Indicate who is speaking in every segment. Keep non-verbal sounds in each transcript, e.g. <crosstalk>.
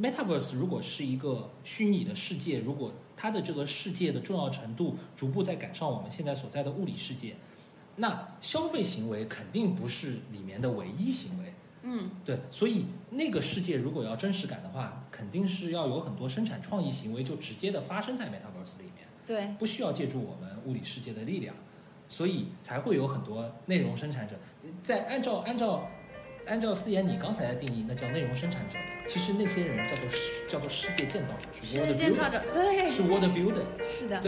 Speaker 1: Metaverse 如果是一个虚拟的世界，如果它的这个世界的重要程度逐步在赶上我们现在所在的物理世界，那消费行为肯定不是里面的唯一行为。
Speaker 2: 嗯，
Speaker 1: 对，所以那个世界如果要真实感的话，肯定是要有很多生产创意行为就直接的发生在 Metaverse 里面，
Speaker 2: 对，
Speaker 1: 不需要借助我们物理世界的力量，所以才会有很多内容生产者。在按照按照按照思妍你刚才的定义，那叫内容生产者。其实那些人叫做世叫做世界建造者，是
Speaker 2: 世
Speaker 1: world
Speaker 2: 界建造
Speaker 1: builder，
Speaker 2: 者，对，
Speaker 1: 是 world builder。
Speaker 2: 是的。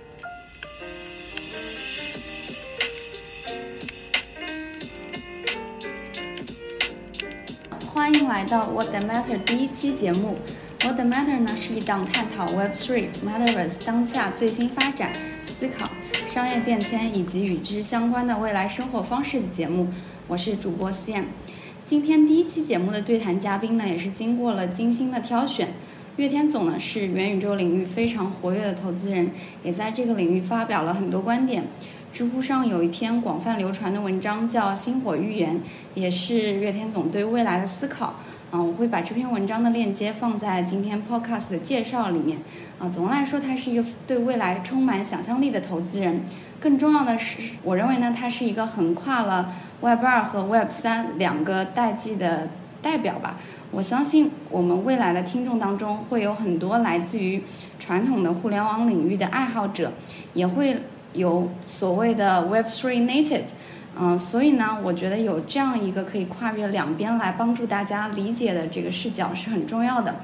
Speaker 2: 欢迎来到 What the Matter 第一期节目。What the Matter 呢是一档探讨 Web3、Metaverse 当下最新发展、思考、商业变迁以及与之相关的未来生活方式的节目。我是主播 CM。今天第一期节目的对谈嘉宾呢，也是经过了精心的挑选。岳天总呢是元宇宙领域非常活跃的投资人，也在这个领域发表了很多观点。知乎上有一篇广泛流传的文章叫《星火预言》，也是岳天总对未来的思考。啊，我会把这篇文章的链接放在今天 podcast 的介绍里面。啊，总的来说，他是一个对未来充满想象力的投资人。更重要的是，我认为呢，他是一个横跨了 Web 二和 Web 三两个代际的代表吧。我相信我们未来的听众当中会有很多来自于传统的互联网领域的爱好者，也会有所谓的 Web3 native。嗯、所以呢，我觉得有这样一个可以跨越两边来帮助大家理解的这个视角是很重要的。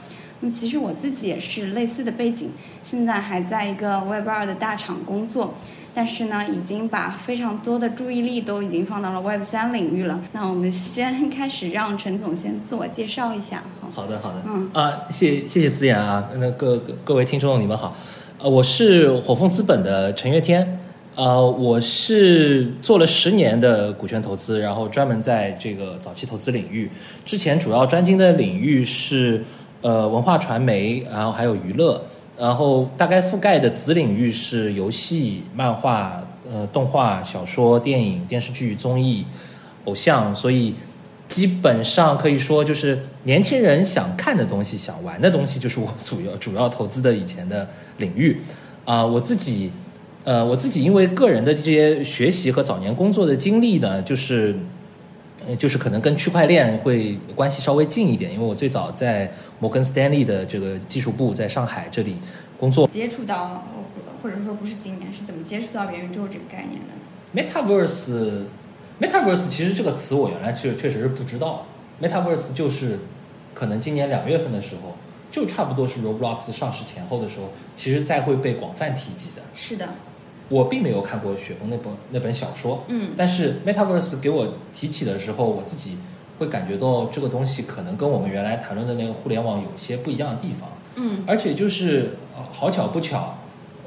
Speaker 2: 那、么其实我自己也是类似的背景，现在还在一个 Web 二的大厂工作，但是呢，已经把非常多的注意力都已经放到了 Web 三领域了。那我们先开始让陈总先自我介绍一下，好。
Speaker 1: 好的，好的，
Speaker 2: 嗯
Speaker 1: 啊，谢谢谢思妍啊，那各各各位听众你们好，呃，我是火凤资本的陈月天，呃，我是做了十年的股权投资，然后专门在这个早期投资领域，之前主要专精的领域是呃文化传媒，然后还有娱乐，然后大概覆盖的子领域是游戏、漫画、呃动画、小说、电影、电视剧、综艺、偶像，所以。基本上可以说，就是年轻人想看的东西、想玩的东西，就是我主要主要投资的以前的领域。啊、我自己，呃，我自己因为个人的这些学习和早年工作的经历呢，就是呃，就是可能跟区块链会关系稍微近一点，因为我最早在摩根斯丹利的这个技术部在上海这里工作。
Speaker 2: 接触到，或者说不是今年，是怎么接触到元宇宙这个概念的？
Speaker 1: Metaverse，Metaverse 其实这个词我原来确确实是不知道的。Metaverse 就是可能今年两月份的时候，就差不多是 Roblox 上市前后的时候，其实在会被广泛提及的。
Speaker 2: 是的，
Speaker 1: 我并没有看过雪崩那本那本小说，
Speaker 2: 嗯，
Speaker 1: 但是 Metaverse 给我提起的时候，我自己会感觉到这个东西可能跟我们原来谈论的那个互联网有些不一样的地方。
Speaker 2: 嗯，
Speaker 1: 而且就是呃好巧不巧，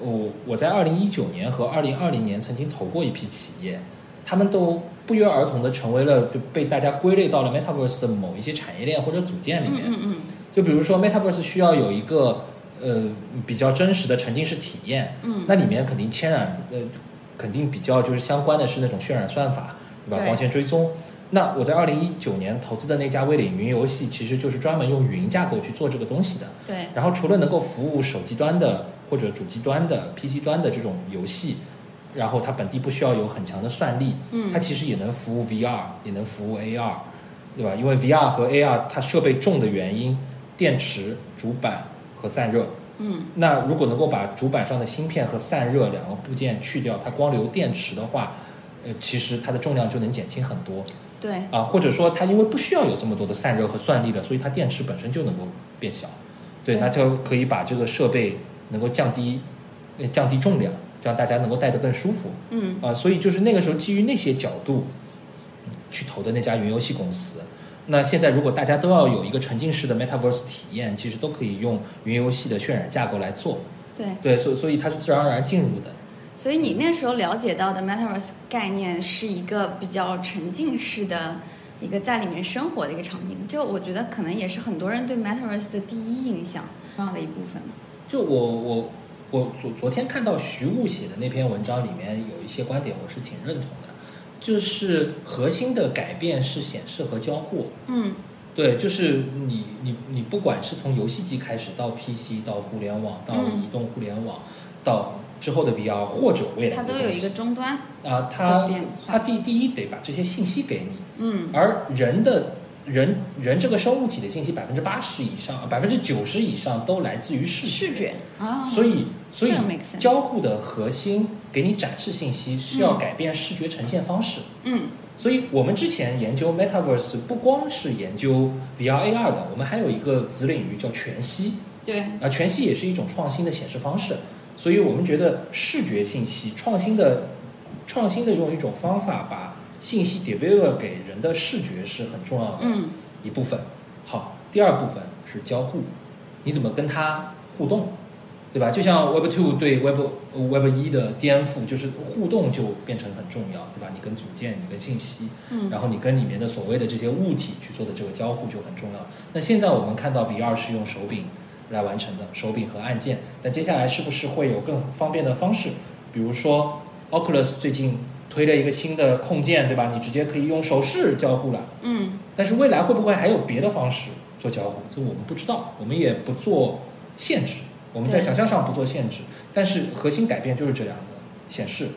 Speaker 1: 我我在二零一九年和二零二零年曾经投过一批企业，他们都不约而同的成为了就被大家归类到了 Metaverse 的某一些产业链或者组件里
Speaker 2: 嗯
Speaker 1: 面。
Speaker 2: 嗯嗯，
Speaker 1: 就比如说 Metaverse 需要有一个呃比较真实的沉浸式体验，
Speaker 2: 嗯
Speaker 1: 那里面肯定牵染呃肯定比较就是相关的是那种渲染算法，对吧？
Speaker 2: 对
Speaker 1: 光线追踪。那我在二零一九年投资的那家微领云游戏，其实就是专门用云架构去做这个东西的。
Speaker 2: 对，
Speaker 1: 然后除了能够服务手机端的或者主机端的 PC 端的这种游戏，然后它本地不需要有很强的算力，
Speaker 2: 嗯
Speaker 1: 它其实也能服务 VR，也能服务 AR，对吧？因为 VR 和 AR 它设备重的原因，电池、主板和散热。
Speaker 2: 嗯
Speaker 1: 那如果能够把主板上的芯片和散热两个部件去掉，它光留电池的话，呃，其实它的重量就能减轻很多
Speaker 2: 对，
Speaker 1: 啊。或者说它因为不需要有这么多的散热和算力了，所以它电池本身就能够变小。对，
Speaker 2: 对
Speaker 1: 那就可以把这个设备能够降低，呃，降低重量，这样大家能够戴得更舒服。
Speaker 2: 嗯
Speaker 1: 啊，所以就是那个时候基于那些角度嗯去投的那家云游戏公司。那现在如果大家都要有一个沉浸式的 Metaverse 体验，其实都可以用云游戏的渲染架构来做。
Speaker 2: 对，
Speaker 1: 对，所以所以它是自然而然进入的。
Speaker 2: 所以你那时候了解到的 Metaverse 概念是一个比较沉浸式的。一个在里面生活的一个场景，这我觉得可能也是很多人对 Metaverse 的第一印象重要的一部分。
Speaker 1: 就我我我昨昨天看到徐悟写的那篇文章里面有一些观点，我是挺认同的，就是核心的改变是显示和交互。
Speaker 2: 嗯
Speaker 1: 对，就是你你你不管是从游戏机开始到 PC 到互联网到
Speaker 2: 嗯
Speaker 1: 移动互联网、到之后的 VR 或者未来
Speaker 2: 它
Speaker 1: 的
Speaker 2: 都有
Speaker 1: 东
Speaker 2: 一
Speaker 1: 西
Speaker 2: 个终端，
Speaker 1: 啊，它
Speaker 2: 的变化
Speaker 1: 它第第一得把这些信息给你，
Speaker 2: 嗯
Speaker 1: 而人的人人这个生物体的信息百分之八十以上，百分之九十以上都来自于视
Speaker 2: 视觉啊，
Speaker 1: 所以所以
Speaker 2: 这个 make sense
Speaker 1: 交互的核心给你展示信息是要改变视觉呈现方式。
Speaker 2: 嗯
Speaker 1: 所以我们之前研究 Metaverse 不光是研究 VR AR 的，我们还有一个子领域叫全息
Speaker 2: 对，
Speaker 1: 啊，全息也是一种创新的显示方式。所以我们觉得视觉信息创新的创新的用一种方法把信息 deliver 给人的视觉是很重要的。
Speaker 2: 嗯
Speaker 1: 一部分。好，第二部分是交互，你怎么跟它互动，对吧？就像 Web Two 对 Web Web 一的颠覆，就是互动就变成很重要，对吧？你跟组件，你跟信息，
Speaker 2: 嗯
Speaker 1: 然后你跟里面的所谓的这些物体去做的这个交互就很重要。那现在我们看到 VR 是用手柄来完成的，手柄和按键。但接下来是不是会有更方便的方式？比如说 Oculus 最近推了一个新的控件，对吧？你直接可以用手势交互了。
Speaker 2: 嗯
Speaker 1: 但是未来会不会还有别的方式做交互？这我们不知道，我们也不做限制，我们在
Speaker 2: 对
Speaker 1: 想象上不做限制。但是核心改变就是这两个：显示，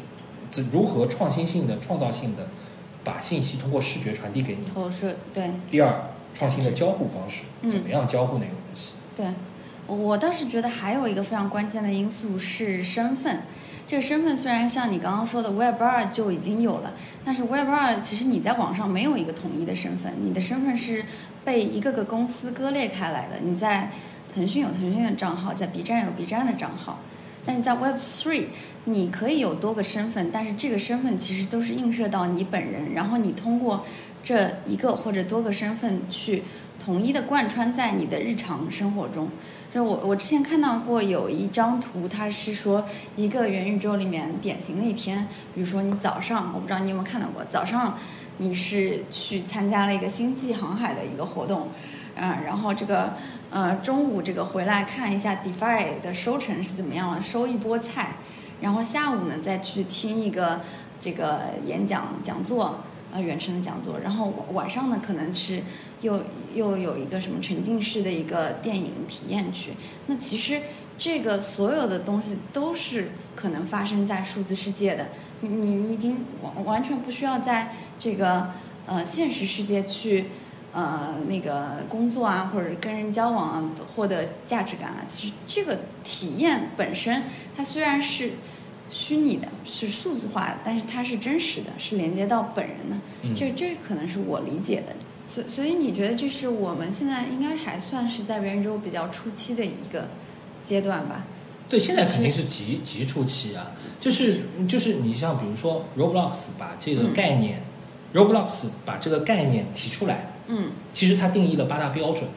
Speaker 1: 这如何创新性的、创造性的把信息通过视觉传递给你；
Speaker 2: 投射对。
Speaker 1: 第二，创新的交互方式，
Speaker 2: 嗯
Speaker 1: 怎么样交互那个东西？
Speaker 2: 对，我我倒是觉得还有一个非常关键的因素是身份。这个身份虽然像你刚刚说的 Web 二就已经有了，但是 Web 二其实你在网上没有一个统一的身份，你的身份是被一个个公司割裂开来的。你在腾讯有腾讯的账号，在 B 站有 B 站的账号，但是在 Web Three 你可以有多个身份，但是这个身份其实都是映射到你本人，然后你通过这一个或者多个身份去统一的贯穿在你的日常生活中。就我我之前看到过有一张图，它是说一个元宇宙里面典型的一天，比如说你早上，我不知道你有没有看到过，早上你是去参加了一个星际航海的一个活动，嗯、然后这个呃中午这个回来看一下 DeFi 的收成是怎么样了，收一波菜，然后下午呢再去听一个这个演讲讲座，呃远程的讲座，然后晚上呢可能是又又有一个什么沉浸式的一个电影体验区。那其实这个所有的东西都是可能发生在数字世界的，你你你已经完完全不需要在这个呃现实世界去。呃，那个工作啊，或者跟人交往啊，获得价值感啊，其实这个体验本身，它虽然是虚拟的，是数字化的，但是它是真实的，是连接到本人的。
Speaker 1: 嗯
Speaker 2: 这这可能是我理解的。所所以你觉得这是我们现在应该还算是在元宇宙比较初期的一个阶段吧？
Speaker 1: 对，现在肯定是极极初期啊，就是就是你像比如说 Roblox 把这个
Speaker 2: 嗯
Speaker 1: 概念、r o b l o x 把这个概念提出来，
Speaker 2: 嗯
Speaker 1: 其实它定义了八大标准，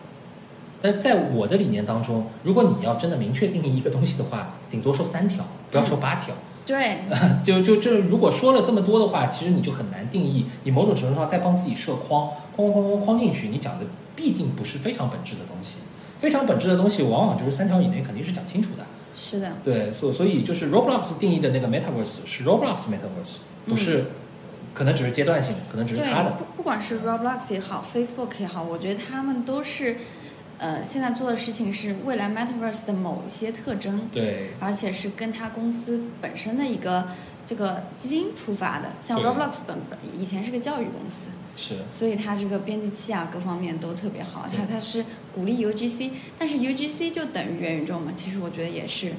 Speaker 1: 但在我的理念当中，如果你要真的明确定义一个东西的话，顶多说三条，不要说八条。 <laughs>
Speaker 2: 对，
Speaker 1: 就就就如果说了这么多的话，其实你就很难定义。你某种程度上在帮自己设框，框框框框进去，你讲的必定不是非常本质的东西。非常本质的东西，往往就是三条以内肯定是讲清楚的。
Speaker 2: 是的，
Speaker 1: 对，所所以就是 Roblox 定义的那个 Metaverse 是 Roblox Metaverse，不是，可能只是阶段性的，可能只是
Speaker 2: 对
Speaker 1: 它的。
Speaker 2: 不不管是 Roblox 也好，Facebook 也好，我觉得他们都是呃现在做的事情是未来 Metaverse 的某一些特征，
Speaker 1: 对，
Speaker 2: 而且是跟它公司本身的一个这个基因出发的。像
Speaker 1: 对
Speaker 2: Roblox 本本以前是个教育公司，
Speaker 1: 是。
Speaker 2: 所以它这个编辑器啊各方面都特别好，它
Speaker 1: 对
Speaker 2: 它是鼓励 UGC，但是 UGC 就等于元宇宙嘛，其实我觉得也是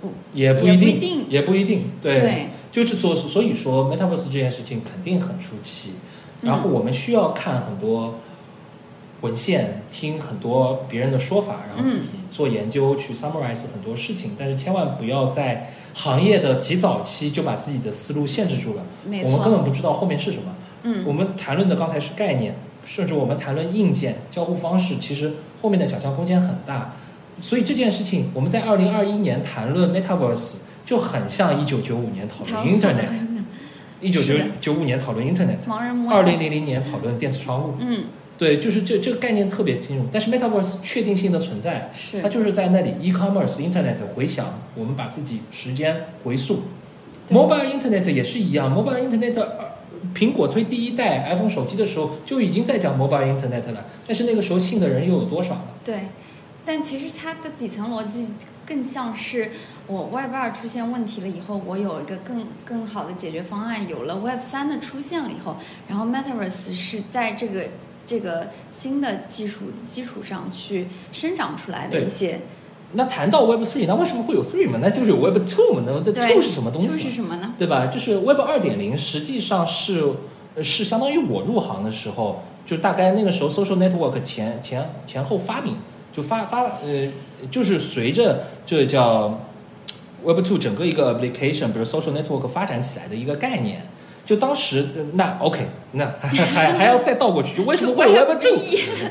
Speaker 2: 不
Speaker 1: 也不
Speaker 2: 也
Speaker 1: 一
Speaker 2: 不
Speaker 1: 定，
Speaker 2: 一定
Speaker 1: 也不一定对，
Speaker 2: 对
Speaker 1: 就是所所以说，MetaVerse 这件事情肯定很初期，
Speaker 2: 嗯
Speaker 1: 然后我们需要看很多文献，听很多别人的说法，然
Speaker 2: 嗯
Speaker 1: 后自己做研究去 summarize 很多事情，但是千万不要在行业的极早期就把自己的思路限制住了，
Speaker 2: 没
Speaker 1: 我们根
Speaker 2: 错，
Speaker 1: 本不知道后面是什么。
Speaker 2: 嗯
Speaker 1: 我们谈论的刚才是概念，甚至我们谈论硬件交互方式，其实后面的想象空间很大。所以这件事情，我们在二零二一年谈论 Metaverse 就很像一九九五年讨
Speaker 2: 它
Speaker 1: 论 Internet，一九九
Speaker 2: 是的
Speaker 1: 九五年讨论 Internet，
Speaker 2: 盲人摸
Speaker 1: 二
Speaker 2: 象
Speaker 1: 零，零零年讨论电子商务。
Speaker 2: 嗯
Speaker 1: 对，就是这这个概念特别清楚。但是 Metaverse 确定性的存在，
Speaker 2: 是
Speaker 1: 它就是在那里 e-commerce Internet 回想，我们把自己时间回溯。
Speaker 2: 对
Speaker 1: Mobile Internet 也是一样，Mobile Internet 二苹果推第一代 iPhone 手机的时候就已经在讲 mobile internet 了，但是那个时候信的人又有多少呢？
Speaker 2: 对，但其实它的底层逻辑更像是我 Web 二出现问题了以后，我有一个更更好的解决方案，有了 Web 三的出现了以后，然后 Metaverse 是在这个这个新的技术基础上去生长出来的
Speaker 1: 对
Speaker 2: 一些，
Speaker 1: 那谈到 Web Three，那为什么会有 Three 嘛？那就是有 Web Two 嘛？那这
Speaker 2: 对
Speaker 1: Two 是什么东西
Speaker 2: 就
Speaker 1: 嘛？
Speaker 2: 是什么呢？
Speaker 1: 对吧？就是 Web 二点零，实际上是呃是相当于我入行的时候，就大概那个时候 social network 前前前后发明，就发发呃，就是随着这叫 Web two 整个一个 application，比如 social network 发展起来的一个概念。就当时呃那 OK，那 <laughs> 还还要再倒过去，就为什么会有 Web two？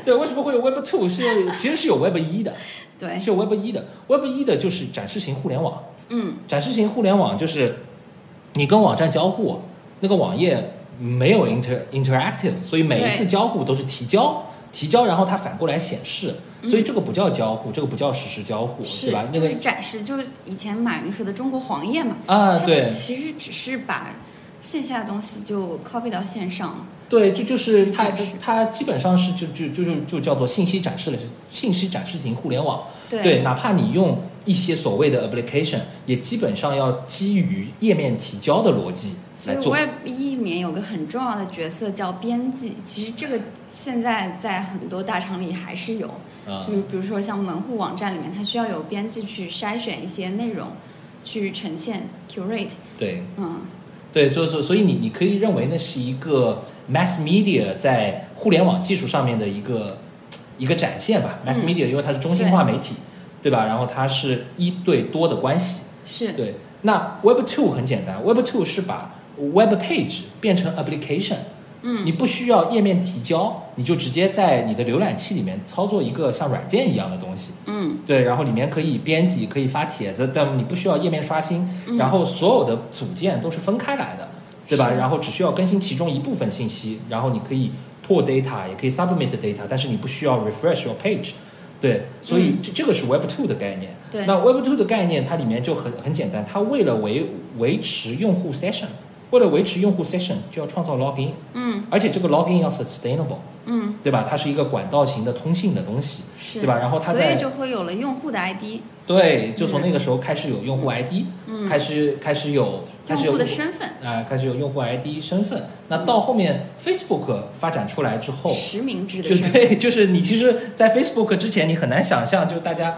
Speaker 1: 对，为什么会有 Web two？是其实是有 Web 一的，
Speaker 2: 对，
Speaker 1: 是有 Web 一的。Web 一的就是展示型互联网，
Speaker 2: 嗯，
Speaker 1: 展示型互联网就是你跟网站交互，那个网页没有 inter interactive，所以每一次
Speaker 2: 对
Speaker 1: 交互都是提交，提交然后它反过来显示，所以这个不叫交互，这个不叫实时交互，
Speaker 2: 嗯是
Speaker 1: 对吧？那
Speaker 2: 就
Speaker 1: 个
Speaker 2: 是展示，就是以前马云说的中国黄页嘛，
Speaker 1: 啊，
Speaker 2: 它
Speaker 1: 对
Speaker 2: 其实只是把线下的东西就 copy 到线上了，
Speaker 1: 对，这就是它
Speaker 2: 展示
Speaker 1: 它基本上是就就就就就叫做信息展示了，信息展示型互联网。
Speaker 2: 对，
Speaker 1: 哪怕你用一些所谓的 application，也基本上要基于页面提交的逻辑
Speaker 2: 所
Speaker 1: 来
Speaker 2: 以
Speaker 1: 做。
Speaker 2: Web 一里面有个很重要的角色叫编辑，其实这个现在在很多大厂里还是有，
Speaker 1: 啊
Speaker 2: 就是比如说像门户网站里面，它需要有编辑去筛选一些内容，去呈现 curate，
Speaker 1: 对。
Speaker 2: 嗯，
Speaker 1: 对，所以所以所以你你可以认为那是一个 mass media 在互联网技术上面的一个一个展现吧。mass
Speaker 2: 嗯
Speaker 1: media 因为它是中心化媒体，对吧？然后它是一对多的关系。
Speaker 2: 是
Speaker 1: 对，那 Web Two 很简单，Web Two 是把 Web Page 变成 application。
Speaker 2: 嗯，
Speaker 1: 你不需要页面提交，你就直接在你的浏览器里面操作一个像软件一样的东西。
Speaker 2: 嗯，
Speaker 1: 对，然后里面可以编辑，可以发帖子，但你不需要页面刷新，然后所有的组件都是分开来的，对吧？
Speaker 2: 嗯是
Speaker 1: 然后只需要更新其中一部分信息，然后你可以 pull data，也可以 submit data，但是你不需要 refresh your page。对，所以
Speaker 2: 嗯
Speaker 1: 这、这个是 Web 2的概念。
Speaker 2: 对
Speaker 1: 那 Web 2的概念它里面就很很简单，它为了维维持用户 session，为了维持用户 session 就要创造 login，
Speaker 2: 嗯
Speaker 1: 而且这个 login 要 sustainable，
Speaker 2: 嗯
Speaker 1: 对吧？它是一个管道型的通信的东西。
Speaker 2: 是，
Speaker 1: 对吧然后它
Speaker 2: 所
Speaker 1: 在
Speaker 2: 以就会有了用户的 ID，
Speaker 1: 对，就从那个时候开始有用户 ID，、
Speaker 2: 嗯，
Speaker 1: 开始开始有开始有
Speaker 2: 用户的身份、
Speaker 1: 啊、开始有用户 ID 身份。那到后面 Facebook 发展出来之后，
Speaker 2: 实名制的
Speaker 1: 就
Speaker 2: 身份，
Speaker 1: 对，就是你其实，在 Facebook 之前，你很难想象，就大家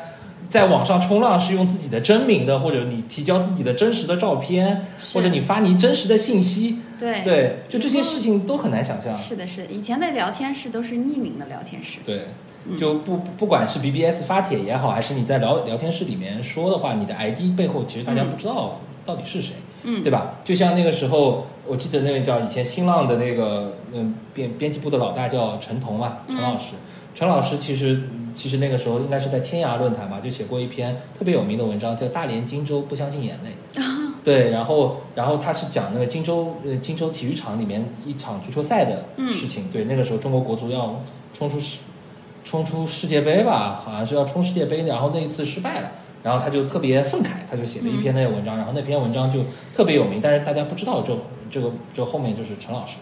Speaker 1: 在网上冲浪是用自己的真名的，或者你提交自己的真实的照片，
Speaker 2: 是
Speaker 1: <laughs> 或者你发你真实的信息，
Speaker 2: 对
Speaker 1: 对，就这些事情都很难想象。
Speaker 2: 是的，是的，以前的聊天室都是匿名的聊天室，
Speaker 1: 对，
Speaker 2: 嗯
Speaker 1: 就不不不管是 BBS 发帖也好，还是你在聊聊天室里面说的话，你的 ID 背后其实大家
Speaker 2: 嗯
Speaker 1: 不知道到底是谁，
Speaker 2: 嗯
Speaker 1: 对吧？就像那个时候，我记得那位叫以前新浪的那个嗯编编辑部的老大叫陈彤嘛，陈
Speaker 2: 嗯
Speaker 1: 老师，陈老师其实嗯其实那个时候应该是在天涯论坛吧，就写过一篇特别有名的文章，叫《大连荆州不相信眼泪》。
Speaker 2: <laughs>
Speaker 1: 对，然后，然后他是讲那个荆州，呃，荆州体育场里面一场足球赛的
Speaker 2: 嗯
Speaker 1: 事情。对，那个时候中国国足要冲出世，冲出世界杯吧，好像是要冲世界杯，然后那一次失败了，然后他就特别愤慨，他就写了一篇那个文
Speaker 2: 嗯
Speaker 1: 章，然后那篇文章就特别有名，但是大家不知道这这个这后面就是陈老师。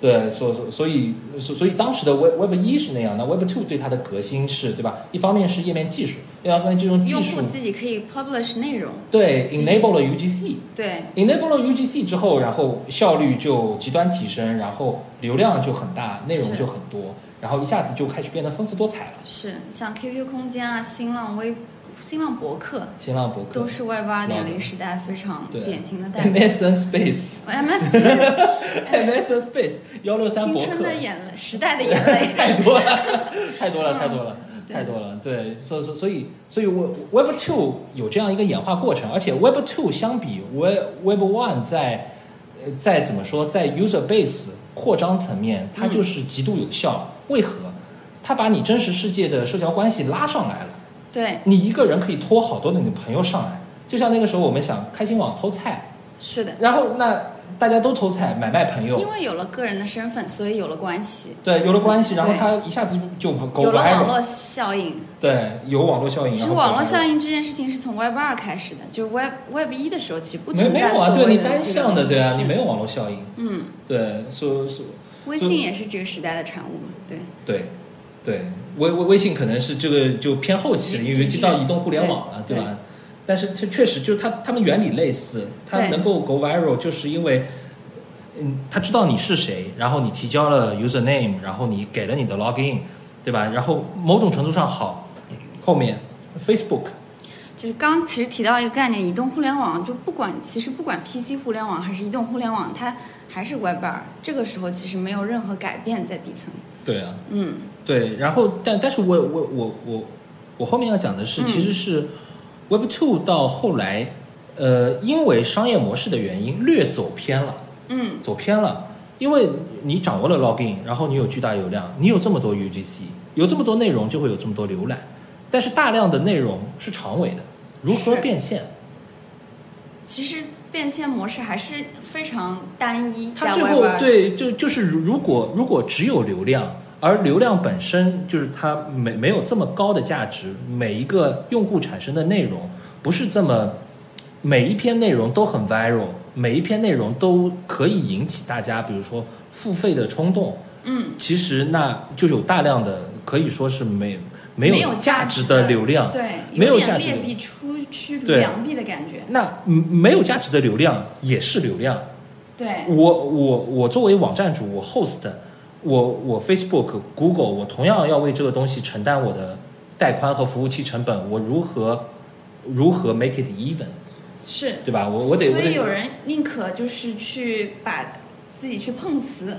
Speaker 1: 对，所所所以所所以当时的 Web Web 一是那样，那 Web Two 对它的革新是对吧？一方面是页面技术，另外一方面这种技
Speaker 2: 用
Speaker 1: 术
Speaker 2: 户自己可以 publish 内容，
Speaker 1: 对 enable 了 UGC，
Speaker 2: 对，
Speaker 1: enable 了 UGC 之后，然后效率就极端提升，然后流量就很大，内容
Speaker 2: 是
Speaker 1: 就很多，然后一下子就开始变得丰富多彩了。
Speaker 2: 是像 QQ 空间啊、新浪微、新浪博客，
Speaker 1: 新浪博客
Speaker 2: 都是 Web 二点零时代非常
Speaker 1: 对
Speaker 2: 典 <laughs> 型的
Speaker 1: <laughs>
Speaker 2: 代表。
Speaker 1: ，MSN <laughs> Space，MSN
Speaker 2: MSG
Speaker 1: Space 幺六三
Speaker 2: 青
Speaker 1: 博客
Speaker 2: 春，的眼泪，时代的眼泪，
Speaker 1: <laughs> 太多了，太多了，
Speaker 2: 嗯
Speaker 1: 太多了。
Speaker 2: 对
Speaker 1: 太多了，对，所以所以所以所以 Web Web Two 有这样一个演化过程，而且 Web Two 相比 Web Web One 在呃在怎么说，在 user base 扩张层面，它
Speaker 2: 嗯
Speaker 1: 就是极度有效。为何？它把你真实世界的社交关系拉上来了，
Speaker 2: 对，
Speaker 1: 你一个人可以拖好多的你的朋友上来。就像那个时候我们想开心网偷菜，
Speaker 2: 是的，
Speaker 1: 然后那大家都投彩买卖朋友
Speaker 2: 因，为有了个人的身份，所以有了关系，
Speaker 1: 对，有了关系，然后
Speaker 2: 对
Speaker 1: 它一下子就就
Speaker 2: 有
Speaker 1: 狗
Speaker 2: 了网
Speaker 1: viral，
Speaker 2: 络效应。
Speaker 1: 对，有网络效应。
Speaker 2: 其实
Speaker 1: 然后
Speaker 2: 网络
Speaker 1: viral
Speaker 2: 效应这件事情是从 Web 二开始的，就是 Web Web 一的时候其实不
Speaker 1: 没
Speaker 2: 存
Speaker 1: 没有
Speaker 2: 在
Speaker 1: 啊，
Speaker 2: 所
Speaker 1: 对
Speaker 2: 谓
Speaker 1: 你单
Speaker 2: 这个
Speaker 1: 向的，对啊，
Speaker 2: 是
Speaker 1: 你没有网络效应，
Speaker 2: 嗯，
Speaker 1: 对，所所
Speaker 2: 微信也是这个时代的产物嘛，对，
Speaker 1: 对对，微微微信可能是这个就偏后期了，因为
Speaker 2: 这
Speaker 1: 就到移动互联网了，
Speaker 2: 对
Speaker 1: 对吧？但是它确实就是它它们原理类似，它
Speaker 2: 对
Speaker 1: 能够 go viral 就是因为。嗯，他知道你是谁，然后你提交了 user name，然后你给了你的 login，对吧？然后某种程度上好，后面 Facebook
Speaker 2: 就是刚其实提到一个概念，移动互联网，就不管其实不管 PC 互联网还是移动互联网，它还是 Web 二，这个时候其实没有任何改变在底层，
Speaker 1: 对啊，
Speaker 2: 嗯，
Speaker 1: 对，然后但但是我我我我我后面要讲的是，
Speaker 2: 嗯
Speaker 1: 其实是 Web Two 到后来，呃，因为商业模式的原因略走偏了，
Speaker 2: 嗯，
Speaker 1: 走偏了，因为你掌握了 login，然后你有巨大流量，你有这么多 UGC，有这么多内容就会有这么多浏览，但是大量的内容是长尾的，如何
Speaker 2: 是
Speaker 1: 变现？
Speaker 2: 其实变现模式还是非常单一，
Speaker 1: 它
Speaker 2: 在
Speaker 1: 最后
Speaker 2: Web 二，
Speaker 1: 对，就就是如如果如果只有流量，而流量本身就是它没没有这么高的价值，每一个用户产生的内容不是这么每一篇内容都很 viral，每一篇内容都可以引起大家比如说付费的冲动，
Speaker 2: 嗯，
Speaker 1: 其实那就有大量的可以说是没没
Speaker 2: 没有
Speaker 1: 价
Speaker 2: 值
Speaker 1: 值的流量，
Speaker 2: 对，
Speaker 1: 没有价
Speaker 2: 点
Speaker 1: 值
Speaker 2: 劣
Speaker 1: 的
Speaker 2: 币出驱逐
Speaker 1: 对
Speaker 2: 良币的感觉，
Speaker 1: 那嗯没有价值的流量也是流量。
Speaker 2: 对，
Speaker 1: 我我我作为网站主，我 host，我我 Facebook、Google，我同样要为这个东西承担我的带宽和服务器成本，我如何如何 make it even，
Speaker 2: 是，
Speaker 1: 对吧？我我得我
Speaker 2: 所以
Speaker 1: 得
Speaker 2: 有人宁可就是去把自己去碰瓷，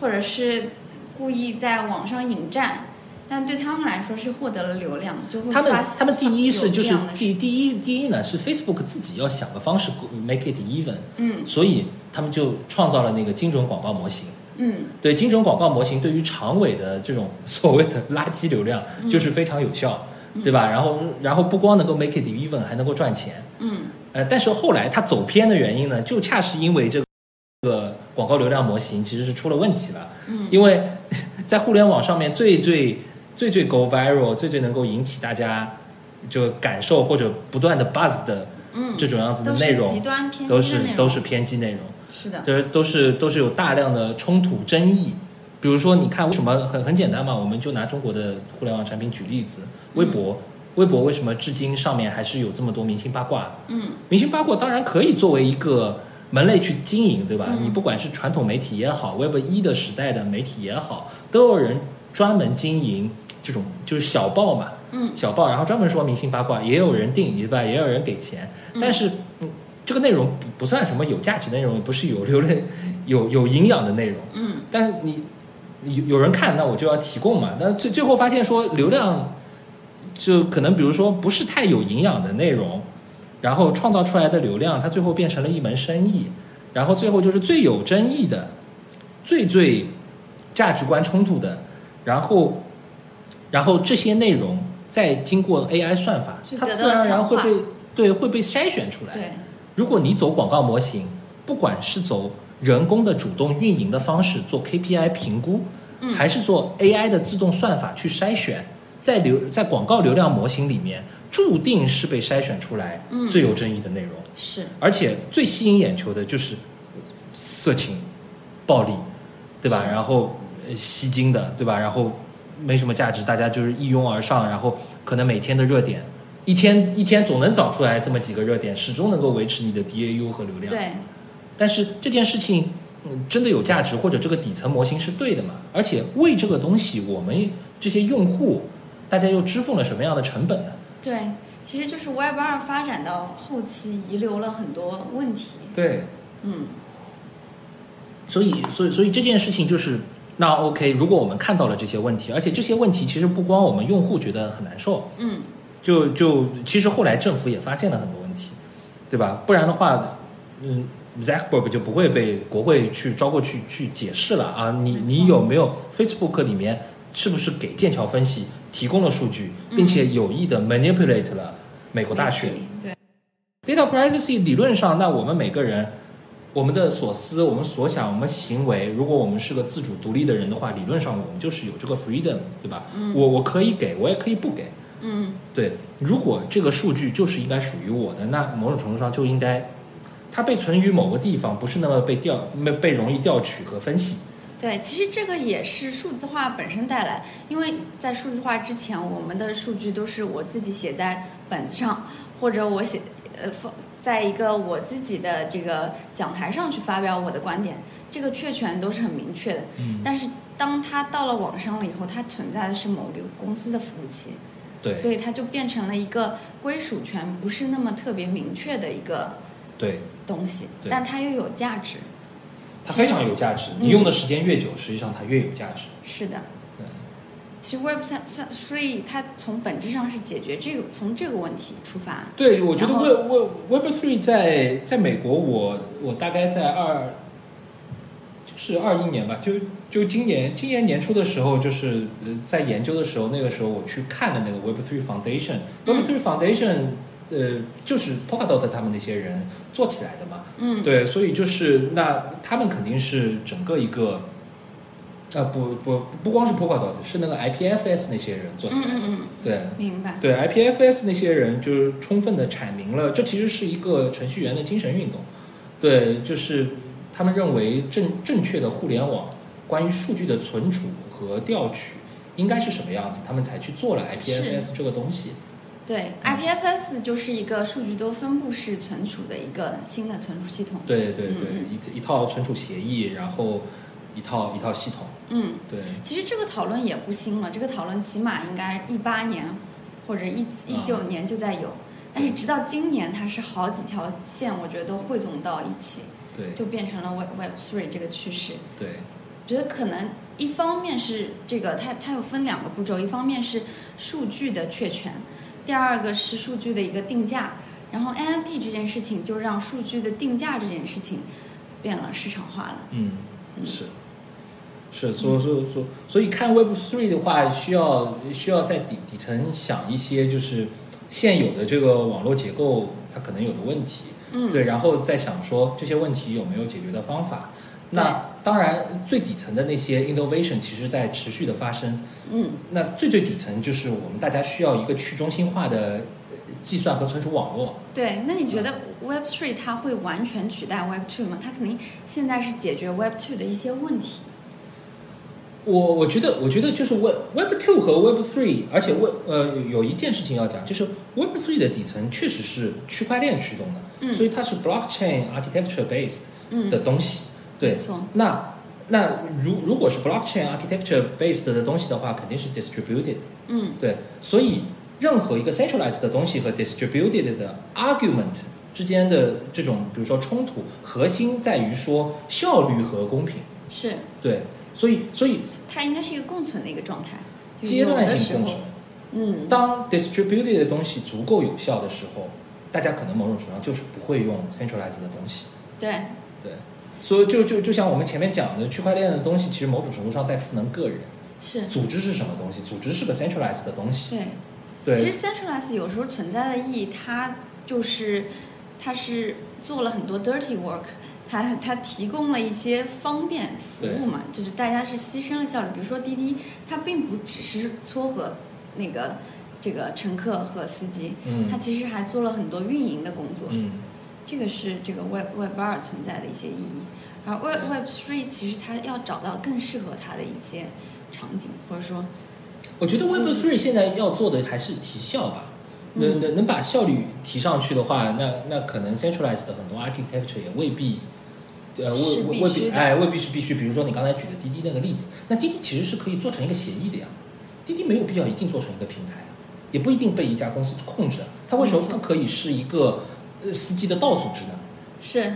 Speaker 2: 或者是故意在网上引战，但对他们来说是获得了流量，就会
Speaker 1: 他们
Speaker 2: 发
Speaker 1: 他们第一是
Speaker 2: 有
Speaker 1: 就是
Speaker 2: 这样的事
Speaker 1: 第第一第一呢是 Facebook 自己要想的方式 make it even，
Speaker 2: 嗯
Speaker 1: 所以他们就创造了那个精准广告模型。
Speaker 2: 嗯
Speaker 1: 对精准广告模型对于长尾的这种 <laughs> 所谓的垃圾流量，
Speaker 2: 嗯
Speaker 1: 就是非常有效，对吧？然后然后不光能够 make it even，还能够赚钱。
Speaker 2: 嗯
Speaker 1: 呃，但是后来它走偏的原因呢，就恰是因为这个呃广告流量模型其实是出了问题了。
Speaker 2: 嗯，
Speaker 1: 因为 <laughs> 在互联网上面最最最最 go viral、最最能够引起大家就感受或者不断的 buzz 的
Speaker 2: 嗯，
Speaker 1: 这种样子的
Speaker 2: 都
Speaker 1: 内
Speaker 2: 是极
Speaker 1: 容，
Speaker 2: 端偏
Speaker 1: 都
Speaker 2: 激
Speaker 1: 是
Speaker 2: 的内容，
Speaker 1: 都是偏激内容。
Speaker 2: 是的，
Speaker 1: 就是都是都是有大量的冲突争议。比如说，你看为什么很很简单嘛？我们就拿中国的互联网产品举例子，微博，微博为什么至今上面还是有这么多明星八卦？
Speaker 2: 嗯
Speaker 1: 明星八卦当然可以作为一个门类去经营，对吧？
Speaker 2: 嗯
Speaker 1: 你不管是传统媒体也好，Web 一的时代的媒体也好，都有人专门经营这种就是小报嘛，
Speaker 2: 嗯
Speaker 1: 小报，然后专门说明星八卦，也有人订，对吧？也有人给钱，
Speaker 2: 嗯
Speaker 1: 但是、嗯、这个内容不不算什么有价值的内容，也不是有流量、有有营养的内容。
Speaker 2: 嗯，
Speaker 1: 但是你有有人看，那我就要提供嘛。但最最后发现说流量就可能比如说不是太有营养的内容，然后创造出来的流量，它最后变成了一门生意，然后最后就是最有争议的、最最价值观冲突的，然后然后这些内容再经过 AI 算法
Speaker 2: 就，
Speaker 1: 它
Speaker 2: 得到
Speaker 1: 自然而
Speaker 2: 强
Speaker 1: 然会
Speaker 2: 化
Speaker 1: 被对会被筛选出来。
Speaker 2: 对，
Speaker 1: 如果你走广告模型，不管是走人工的主动运营的方式做 KPI 评估，
Speaker 2: 嗯
Speaker 1: 还是做 AI 的自动算法去筛选，在流在广告流量模型里面，注定是被筛选出来
Speaker 2: 嗯
Speaker 1: 最有争议的内容，
Speaker 2: 是
Speaker 1: 而且最吸引眼球的就是色情、暴力，对吧？
Speaker 2: 是
Speaker 1: 然后呃吸睛的，对吧？然后没什么价值，大家就是一拥而上，然后可能每天的热点。一天一天总能找出来这么几个热点，始终能够维持你的 DAU 和流量。
Speaker 2: 对，
Speaker 1: 但是这件事情，嗯，真的有价值，或者这个底层模型是对的嘛？而且为这个东西，我们这些用户，大家又支付了什么样的成本呢？
Speaker 2: 对，其实就是 Web 二发展到后期遗留了很多问题，
Speaker 1: 对，
Speaker 2: 嗯
Speaker 1: 所以，所以，所以这件事情就是，那 OK，如果我们看到了这些问题，而且这些问题其实不光我们用户觉得很难受，
Speaker 2: 嗯
Speaker 1: 就就其实后来政府也发现了很多问题，对吧？不然的话，嗯。Zuckerberg 就不会被国会去招过去去解释了啊！你
Speaker 2: 没错
Speaker 1: 你有没有 Facebook 里面是不是给剑桥分析提供了数据，
Speaker 2: 嗯
Speaker 1: 并且有意的 manipulate 了美国大
Speaker 2: 媒
Speaker 1: 选
Speaker 2: 体对。
Speaker 1: ？Data privacy 理论上，那我们每个人我们的所思、我们所想、我们行为，如果我们是个自主独立的人的话，理论上我们就是有这个 freedom，对吧？
Speaker 2: 嗯
Speaker 1: 我我可以给，我也可以不给。
Speaker 2: 嗯
Speaker 1: 对，如果这个数据就是应该属于我的，那某种程度上就应该，它被存于某个地方，不是那么被调、被被容易调取和分析。
Speaker 2: 对，其实这个也是数字化本身带来，因为在数字化之前，我们的数据都是我自己写在本子上，或者我写呃放在一个我自己的这个讲台上去发表我的观点，这个确权都是很明确的。
Speaker 1: 嗯，
Speaker 2: 但是当它到了网上了以后，它存在的是某个公司的服务器，
Speaker 1: 对
Speaker 2: 所以它就变成了一个归属权不是那么特别明确的一个
Speaker 1: 对，
Speaker 2: 东西，
Speaker 1: 对
Speaker 2: 但它又有价值。
Speaker 1: 它非常有价值。
Speaker 2: 嗯
Speaker 1: 你用的时间越久，实际上它越有价值。
Speaker 2: 是的，
Speaker 1: 对，
Speaker 2: 其实 Web 三三 three 它从本质上是解决这个从这个问题出发。
Speaker 1: 对，我觉得
Speaker 2: 然后
Speaker 1: Web Web Web Three 在在美国我，我大概在二就是二一年吧，就就今年今年年初的时候，就是呃在研究的时候，那个时候我去看了那个 Web Three Foundation、Web
Speaker 2: 嗯
Speaker 1: Three Foundation，呃，就是 Polkadot 他们那些人做起来的嘛。
Speaker 2: 嗯，
Speaker 1: 对，所以就是那他们肯定是整个一个。呃，不不不光是 Polkadot，是那个 IPFS 那些人做起
Speaker 2: 嗯
Speaker 1: 来的。
Speaker 2: 嗯
Speaker 1: 对，
Speaker 2: 嗯，明白。
Speaker 1: 对 IPFS 那些人就是充分的阐明了，这其实是一个程序员的精神运动。对，就是他们认为正正确的互联网关于数据的存储和调取应该是什么样子，他们才去做了 IPFS 这个东西。
Speaker 2: 对，IPFS
Speaker 1: 嗯
Speaker 2: 就是一个数据多分布式存储的一个新的存储系统。
Speaker 1: 对对对，
Speaker 2: 嗯
Speaker 1: 一一套存储协议，然后一套一套系统。
Speaker 2: 嗯，
Speaker 1: 对，
Speaker 2: 其实这个讨论也不新了，这个讨论起码应该一八年或者
Speaker 1: 啊
Speaker 2: 一一九年就在有，但是直到今年它是好几条线，我觉得都汇总到一起，
Speaker 1: 对
Speaker 2: 就变成了 Web Web three 这个趋势。
Speaker 1: 对
Speaker 2: 觉得可能一方面是这个，它它有分两个步骤，一方面是数据的确权，第二个是数据的一个定价。然后 NFT 这件事情就让数据的定价这件事情变了市场化了。
Speaker 1: 嗯，
Speaker 2: 嗯
Speaker 1: 是是，所以所以所以所以看 Web Three 的话，需要需要在底底层想一些就是现有的这个网络结构它可能有的问题，
Speaker 2: 嗯，
Speaker 1: 对，然后再想说这些问题有没有解决的方法。
Speaker 2: 对
Speaker 1: 那当然，最底层的那些 innovation 其实在持续的发生。
Speaker 2: 嗯，
Speaker 1: 那最最底层就是我们大家需要一个去中心化的呃计算和存储网络。
Speaker 2: 对。那你觉得 Web Three 它会完全取代 Web Two 吗？它肯定现在是解决 Web Two 的一些问题。
Speaker 1: 我我觉得，我觉得就是 Web Web Two 和 Web Three，而且 Web 呃有一件事情要讲，就是 Web Three 的底层确实是区块链驱动的，
Speaker 2: 嗯
Speaker 1: 所以它是 Blockchain Architecture based
Speaker 2: 嗯，
Speaker 1: 的东西。
Speaker 2: 没
Speaker 1: 对，
Speaker 2: 错。
Speaker 1: 那那如如果是 Blockchain Architecture based 的东西的话，肯定是 distributed。
Speaker 2: 嗯
Speaker 1: 对，所以任何一个 centralized 的东西和 distributed 的 argument 之间的这种比如说冲突，核心在于说效率和公平。
Speaker 2: 是，
Speaker 1: 对，所以所以
Speaker 2: 它应该是一个共存的一个状态。有
Speaker 1: 阶段
Speaker 2: 的时
Speaker 1: 性
Speaker 2: 候
Speaker 1: 共存。
Speaker 2: 嗯，
Speaker 1: 当 distributed 的东西足够有效的时候，大家可能某种程度上就是不会用 centralized 的东西。
Speaker 2: 对，
Speaker 1: 对，所以就就就像我们前面讲的，区块链的东西其实某种程度上在赋能个人。
Speaker 2: 是，
Speaker 1: 组织是什么东西？组织是个 centralized 的东西。
Speaker 2: 对。
Speaker 1: 对，
Speaker 2: 其实 centralized 有时候存在的意义，它就是它是做了很多 dirty work，它它提供了一些方便服务嘛，就是大家是牺牲了效率。比如说滴滴，它并不只是撮合那个这个乘客和司机，
Speaker 1: 嗯
Speaker 2: 它其实还做了很多运营的工作。
Speaker 1: 嗯，
Speaker 2: 这个是这个 Web Web 二存在的一些意义，而 Web Web three 其实它要找到更适合它的一些场景，或者说
Speaker 1: 我觉得
Speaker 2: 所以嗯
Speaker 1: Web Three 现在要做的还是提效吧。能能能把效率提上去的话，那那可能 centralized 的很多 architecture 也未必，呃，
Speaker 2: 是
Speaker 1: 未未
Speaker 2: 必
Speaker 1: 未
Speaker 2: 须
Speaker 1: 必
Speaker 2: 的
Speaker 1: 哎，未必是必须。比如说你刚才举的滴滴那个例子，那滴滴其实是可以做成一个协议的呀。滴滴没有必要一定做成一个平台啊，也不一定被一家公司控制啊。它为什么
Speaker 2: 没错
Speaker 1: 不可以是一个呃司机的道组织呢？
Speaker 2: 是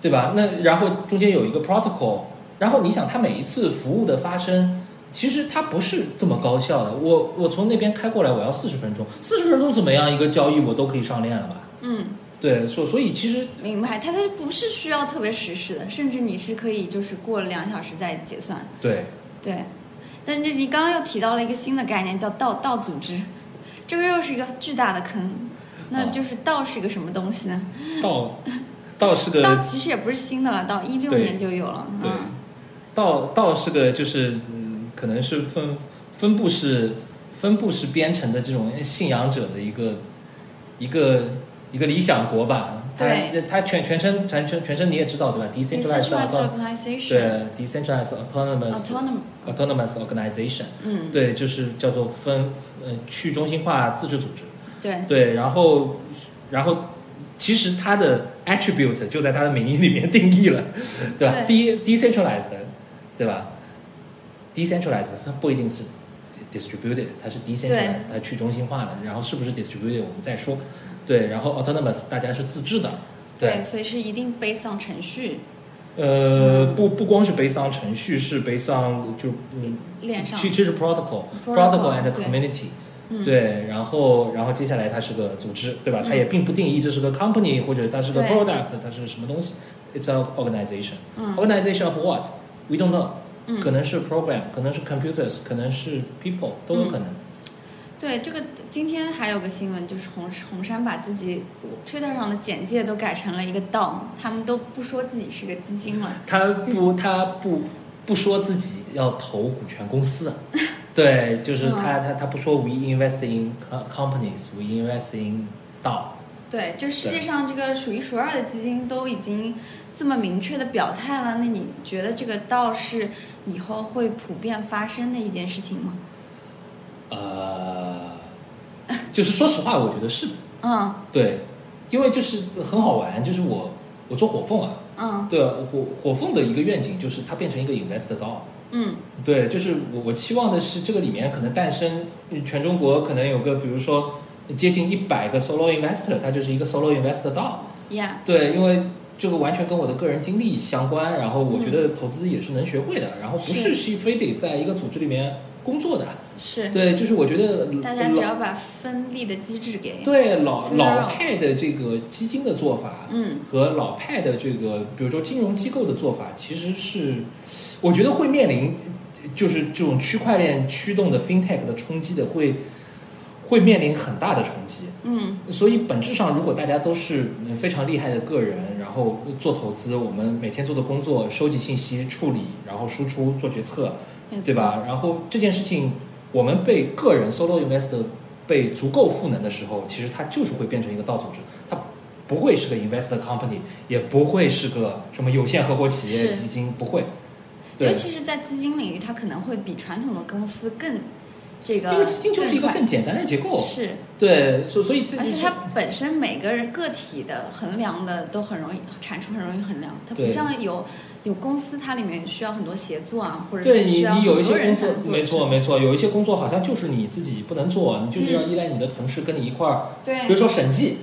Speaker 1: 对吧？那然后中间有一个 protocol，然后你想，它每一次服务的发生，其实它不是这么高效的。我我从那边开过来，我要四十分钟，四十分钟怎么样一个交易我都可以上链了吧？
Speaker 2: 嗯。
Speaker 1: 对，所所以其实
Speaker 2: 明白，它它不是需要特别实时的，甚至你是可以就是过了两小时再结算，
Speaker 1: 对
Speaker 2: 对。但是你刚刚又提到了一个新的概念，叫道道组织，这个又是一个巨大的坑。那
Speaker 1: 哦
Speaker 2: 就是道是个什么东西呢？
Speaker 1: 道道是个
Speaker 2: 到其实也不是新的了，到一六
Speaker 1: 对
Speaker 2: 年就有了。
Speaker 1: 对
Speaker 2: 嗯，，
Speaker 1: 道道是个就是嗯，可能是分分布式分布式编程的这种信仰者的一个一个一个理想国吧。它
Speaker 2: 对
Speaker 1: 它全全称全全全称你也知道对吧
Speaker 2: decentralized
Speaker 1: ？decentralized
Speaker 2: organization，
Speaker 1: 对 decentralized autonomous
Speaker 2: autonomous，
Speaker 1: autonomous organization，
Speaker 2: 嗯，
Speaker 1: 对，就是叫做分呃去中心化自治组织。
Speaker 2: 对，
Speaker 1: 对，然后，然后，其实它的 attribute 就在它的名义里面定义了，对吧？
Speaker 2: 对
Speaker 1: d decentralized，对吧？decentralized 它不一定是 distributed，它是 decentralized，它去中心化的。然后是不是 distributed 我们再说。对，然后 autonomous 大家是自治的，
Speaker 2: 对，所以是一定 based on 程序
Speaker 1: 呃，不不光是 based on 程序，是 based on 就嗯，
Speaker 2: 链上
Speaker 1: 其。其实是 protocol
Speaker 2: Protocol，
Speaker 1: and
Speaker 2: 对
Speaker 1: community。
Speaker 2: 嗯
Speaker 1: 对，然后然后接下来它是个组织，对吧？它
Speaker 2: 嗯
Speaker 1: 也并不定义这是个 company 或者它是个
Speaker 2: 对
Speaker 1: product，它是什么东西。It's an organization.
Speaker 2: 嗯
Speaker 1: Organization of what? We don't know.
Speaker 2: 嗯
Speaker 1: 可能是 program，可能是 computers，可能是 people，都有可能。
Speaker 2: 嗯对，这个今天还有个新闻，就是红红杉把自己 Twitter 上的简介都改成了一个 DOM，他们都不说自己是个基金了。
Speaker 1: 他不，
Speaker 2: 嗯
Speaker 1: 他不不说自己要投股权公
Speaker 2: <laughs>
Speaker 1: 司啊。对，就是
Speaker 2: 嗯
Speaker 1: 他他他不说 we invest in co- companies，we invest in DAO。
Speaker 2: 对，这世界上这个数一数二的基金都已经这么明确的表态了，那你觉得这个倒是以后会普遍发生的一件事情吗？
Speaker 1: 呃，就是说实话，我觉得是的
Speaker 2: 嗯
Speaker 1: 对，因为就是很好玩，就是我我做火凤啊，
Speaker 2: 嗯
Speaker 1: 对啊火火凤的一个愿景就是它变成一个 invest DAO，
Speaker 2: 嗯
Speaker 1: 对，就是我我期望的是这个里面可能诞生嗯全中国可能有个比如说接近一百个 solo investor，它就是一个 solo invest DAO，
Speaker 2: ，Yeah，
Speaker 1: 对，因为。这个完全跟我的个人经历相关，然后我觉得投资也是能学会的，然后不是
Speaker 2: 嗯是
Speaker 1: 是非得在一个组织里面工作的，
Speaker 2: 是，
Speaker 1: 对，就是我觉得
Speaker 2: 大家只要把分利的机制给，
Speaker 1: 对老
Speaker 2: Full
Speaker 1: 老
Speaker 2: round
Speaker 1: 派的这个基金的做法，
Speaker 2: 嗯，
Speaker 1: 和老派的这个，比如说金融机构的做法，其实是我觉得会面临，就是这种区块链驱动的 fintech 的冲击的会会面临很大的冲击。
Speaker 2: 嗯
Speaker 1: 所以本质上，如果大家都是嗯非常厉害的个人，然后做投资，我们每天做的工作，收集信息、处理，然后输出、做决策，
Speaker 2: 没错
Speaker 1: 对？吧？然后这件事情，我们被个人 solo investor 被足够赋能的时候，其实它就是会变成一个道组织，它不会是个 investor company，也不会是个什么有限合伙企业
Speaker 2: 是
Speaker 1: 基金，不会。对
Speaker 2: 尤，其是在基金领域，它可能会比传统的公司更这个，
Speaker 1: 因为基金就是一个
Speaker 2: 快
Speaker 1: 更简单的结构，
Speaker 2: 是，
Speaker 1: 对，所所以这
Speaker 2: 而且
Speaker 1: 是
Speaker 2: 它本身每个人个体的衡量的都很容易产出，很容易衡量。它不
Speaker 1: 对
Speaker 2: 像有有公司，它里面需要很多协作啊，或者
Speaker 1: 对
Speaker 2: 是需
Speaker 1: 你，
Speaker 2: 要
Speaker 1: 你
Speaker 2: 很
Speaker 1: 有一
Speaker 2: 多
Speaker 1: 些
Speaker 2: 人
Speaker 1: 工
Speaker 2: 才
Speaker 1: 作，
Speaker 2: 能做
Speaker 1: 没错
Speaker 2: 出，
Speaker 1: 没错，有一些工作好像就是你自己不能做，你就是要依赖你的同事跟你一块儿，比如
Speaker 2: 嗯对
Speaker 1: 说审
Speaker 2: <laughs>
Speaker 1: 计，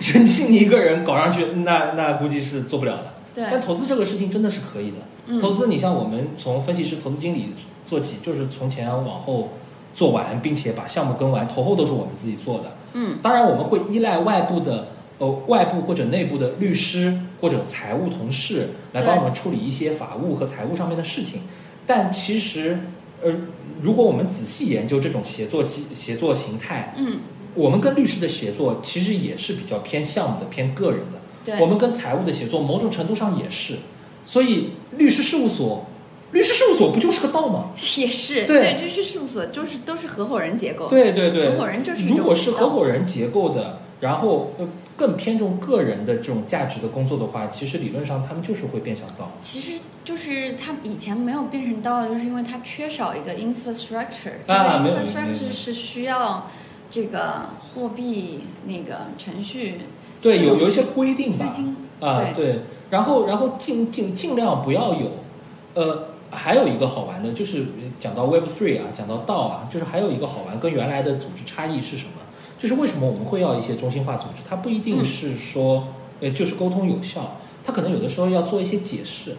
Speaker 1: 审计你一个人搞上去，那那估计是做不了的。但
Speaker 2: 对，
Speaker 1: 投资这个事情真的是可以的。
Speaker 2: 嗯
Speaker 1: 投资，你像我们从分析师、投资经理做起，就是从前往后做完，并且把项目跟完，投后都是我们自己做的。
Speaker 2: 嗯，
Speaker 1: 当然，我们会依赖外部的呃外部或者内部的律师或者财务同事来帮
Speaker 2: 对
Speaker 1: 我们处理一些法务和财务上面的事情。但其实，呃，如果我们仔细研究这种协作机协作形态，
Speaker 2: 嗯
Speaker 1: 我们跟律师的协作其实也是比较偏项目的、偏个人的。我
Speaker 2: 对，
Speaker 1: 们跟财务的协作某种程度上也是，所以律师事务所，律师事务所不就是个道吗？
Speaker 2: <laughs> 也是
Speaker 1: 对
Speaker 2: 对，就是事务所就是都是合伙人结构，
Speaker 1: 对对对，
Speaker 2: 哦合伙人就是一种
Speaker 1: 如果是合伙人结构的，然后呃更偏重个人的这种价值的工作的话，其实理论上他们就是会变相道。
Speaker 2: 其实就是它以前没有变成道，就是因为它缺少一个 infrastructure，这
Speaker 1: 啊没
Speaker 2: 个
Speaker 1: 有没有没有
Speaker 2: infrastructure 是需要这个货币那个程序
Speaker 1: 对，有有一些规定
Speaker 2: 资
Speaker 1: 吧，
Speaker 2: 金，
Speaker 1: 啊对，然后然后尽尽尽量不要有，呃。还有一个好玩的，就是呃讲到 Web Three 啊，讲到道啊，就是还有一个好玩，跟原来的组织差异是什么？就是为什么我们会要一些中心化组织？它不一定
Speaker 2: 嗯
Speaker 1: 是说，呃，就是沟通有效，它可能有的时候要做一些解释，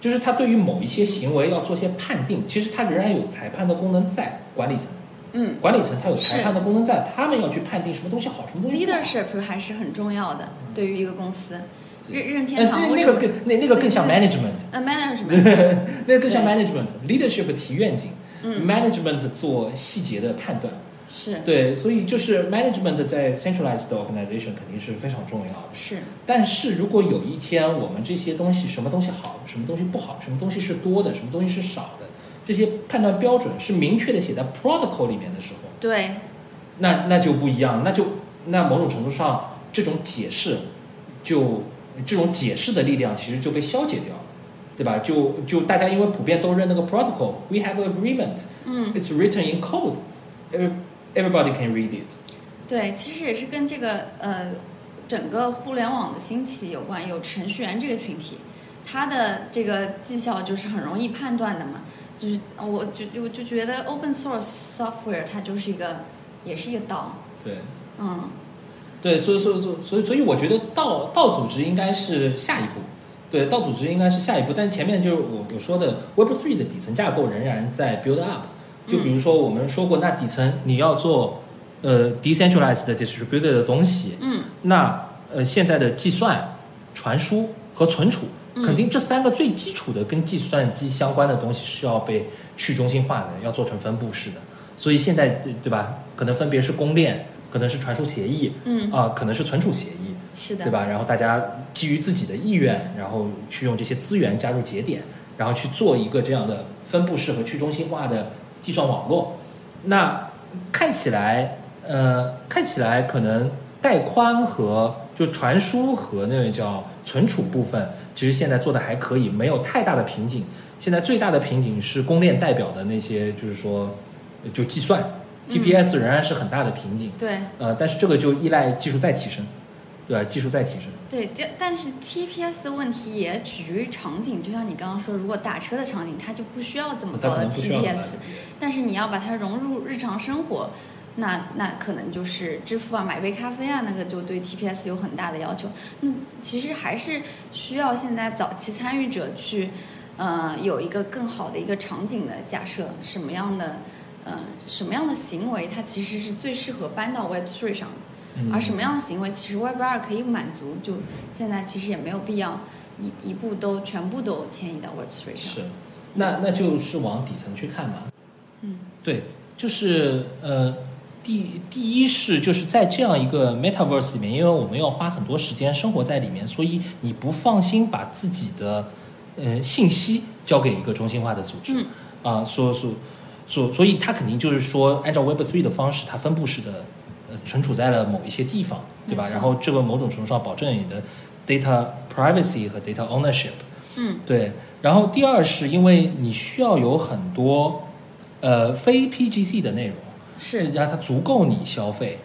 Speaker 1: 就是它对于某一些行为要做些判定，其实它仍然有裁判的功能在管理层，
Speaker 2: 嗯
Speaker 1: 管理层它有裁
Speaker 2: 是
Speaker 1: 判的功能在，他们要去判定什么东西好，什么东西不好。
Speaker 2: leadership 还是很重要的，对于一个公司，任任
Speaker 1: 呃
Speaker 2: 天堂
Speaker 1: 那
Speaker 2: 为
Speaker 1: 那
Speaker 2: 什
Speaker 1: 个
Speaker 2: 么
Speaker 1: 更那那个更像 management，<laughs>
Speaker 2: 呃 management
Speaker 1: 那个更像
Speaker 2: 对
Speaker 1: management，leadership 提愿景、
Speaker 2: 嗯
Speaker 1: m a n a g e m e n t 做细节的判断，
Speaker 2: 是
Speaker 1: 对，所以就是 management 在 centralized organization 肯定是非常重要的。
Speaker 2: 是
Speaker 1: 但是如果有一天我们这些东西，什么东西好，什么东西不好，什么东西是多的，什么东西是少的，这些判断标准是明确的写在 protocol 里面的时候，
Speaker 2: 对，
Speaker 1: 那那就不一样，那就那某种程度上，这种解释就这种解释的力量其实就被消解掉了，对吧？就就大家因为普遍都认那个 protocol，we have agreement，it's
Speaker 2: 嗯，
Speaker 1: written in code，every everybody can read it。
Speaker 2: 对，其实也是跟这个呃整个互联网的兴起有关，有程序员这个群体，他的这个绩效就是很容易判断的嘛。就是我就就就觉得 open source software 它就是一个也是一个道，
Speaker 1: 对
Speaker 2: 嗯，
Speaker 1: 对，所以所以所以所以所以我觉得道道组织应该是下一步。对，道组织应该是下一步，但前面就是我我说的 Web Three 的底层架构仍然在 build up。就比如说我们说过，那底层你要做呃 decentralized 的 distributed 的东西，
Speaker 2: 嗯，
Speaker 1: 那呃现在的计算、传输和存储，
Speaker 2: 嗯
Speaker 1: 肯定这三个最基础的跟计算机相关的东西是要被去中心化的，要做成分布式的。所以现在对对吧？可能分别是公链，可能是传输协议，
Speaker 2: 嗯
Speaker 1: 啊、可能是存储协议，
Speaker 2: 是的，
Speaker 1: 对？吧？然后大家基于自己的意愿，然后去用这些资源加入节点，然后去做一个这样的分布式和去中心化的计算网络。那看起来，呃，看起来可能带宽和就传输和那个叫存储部分，其实现在做的还可以，没有太大的瓶颈。现在最大的瓶颈是公链代表的那些，就是说，就计算
Speaker 2: 嗯
Speaker 1: TPS 仍然是很大的瓶颈。
Speaker 2: 对
Speaker 1: 呃，但是这个就依赖技术再提升，对吧？技术再提升，
Speaker 2: 对，但但是 TPS 的问题也取决于场景，就像你刚刚说，如果打车的场景，它就不需要这么
Speaker 1: 它
Speaker 2: 高
Speaker 1: 可
Speaker 2: 的
Speaker 1: 能不需要
Speaker 2: TPS，但是你要把它融入日常生活，那那可能就是支付啊、买杯咖啡啊，那个就对 TPS 有很大的要求。那其实还是需要现在早期参与者去，呃，有一个更好的一个场景的假设，什么样的，呃，什么样的行为它其实是最适合搬到 Web Three 上的。
Speaker 1: 嗯
Speaker 2: 而什么样的行为其实 Web 二可以满足，就现在其实也没有必要一一步都全部都迁移到 Web Three 上。
Speaker 1: 是，那那就是往底层去看嘛。
Speaker 2: 嗯，
Speaker 1: 对，就是呃，第第一是就是在这样一个 metaverse 里面，因为我们要花很多时间生活在里面，所以你不放心把自己的呃信息交给一个中心化的组织。
Speaker 2: 嗯
Speaker 1: 啊，所所所所以它肯定就是说，按照 Web 3的方式，它分布式的呃存储在了某一些地方，对吧
Speaker 2: 没？错
Speaker 1: 然后这个某种程度上保证你的 data privacy 和 data ownership。
Speaker 2: 嗯，
Speaker 1: 对，然后第二是因为你需要有很多呃非 PGC 的内容，
Speaker 2: 是
Speaker 1: 让它足够你消费，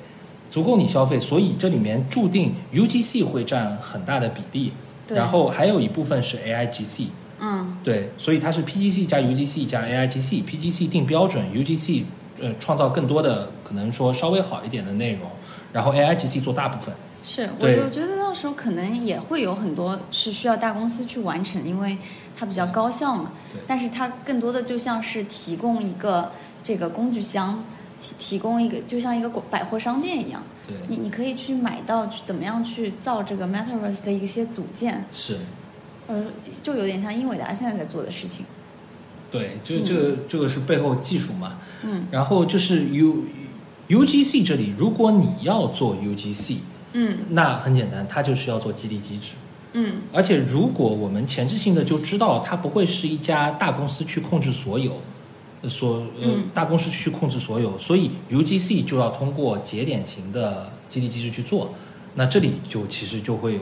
Speaker 1: 足够你消费，所以这里面注定 UGC 会占很大的比例，
Speaker 2: 对
Speaker 1: 然后还有一部分是 AIGC，
Speaker 2: 嗯，
Speaker 1: 对，所以它是 PGC 加 UGC 加 AIGC，PGC 定标准，UGC 呃创造更多的可能说稍微好一点的内容，然后 AIGC 做大部分，
Speaker 2: 是，我
Speaker 1: 对
Speaker 2: 我觉得到时候可能也会有很多是需要大公司去完成，因为它比较高效嘛
Speaker 1: 对。
Speaker 2: 但是它更多的就像是提供一个这个工具箱，提提供一个就像一个百货商店一样，
Speaker 1: 对，
Speaker 2: 你你可以去买到去怎么样去造这个 Metaverse 的一些组件，
Speaker 1: 是。
Speaker 2: 呃，就有点像英伟达现在在做的事情。
Speaker 1: 对，就这个、这个是背后技术嘛，
Speaker 2: 嗯
Speaker 1: 然后就是 U UGC 这里，如果你要做 UGC，
Speaker 2: 嗯
Speaker 1: 那很简单，它就是要做激励机制。
Speaker 2: 嗯，
Speaker 1: 而且如果我们前置性的就知道，它不会是一家大公司去控制所有，呃所呃、
Speaker 2: 嗯
Speaker 1: 大公司去控制所有，所以 UGC 就要通过节点型的激励机制去做。那这里就其实就会有，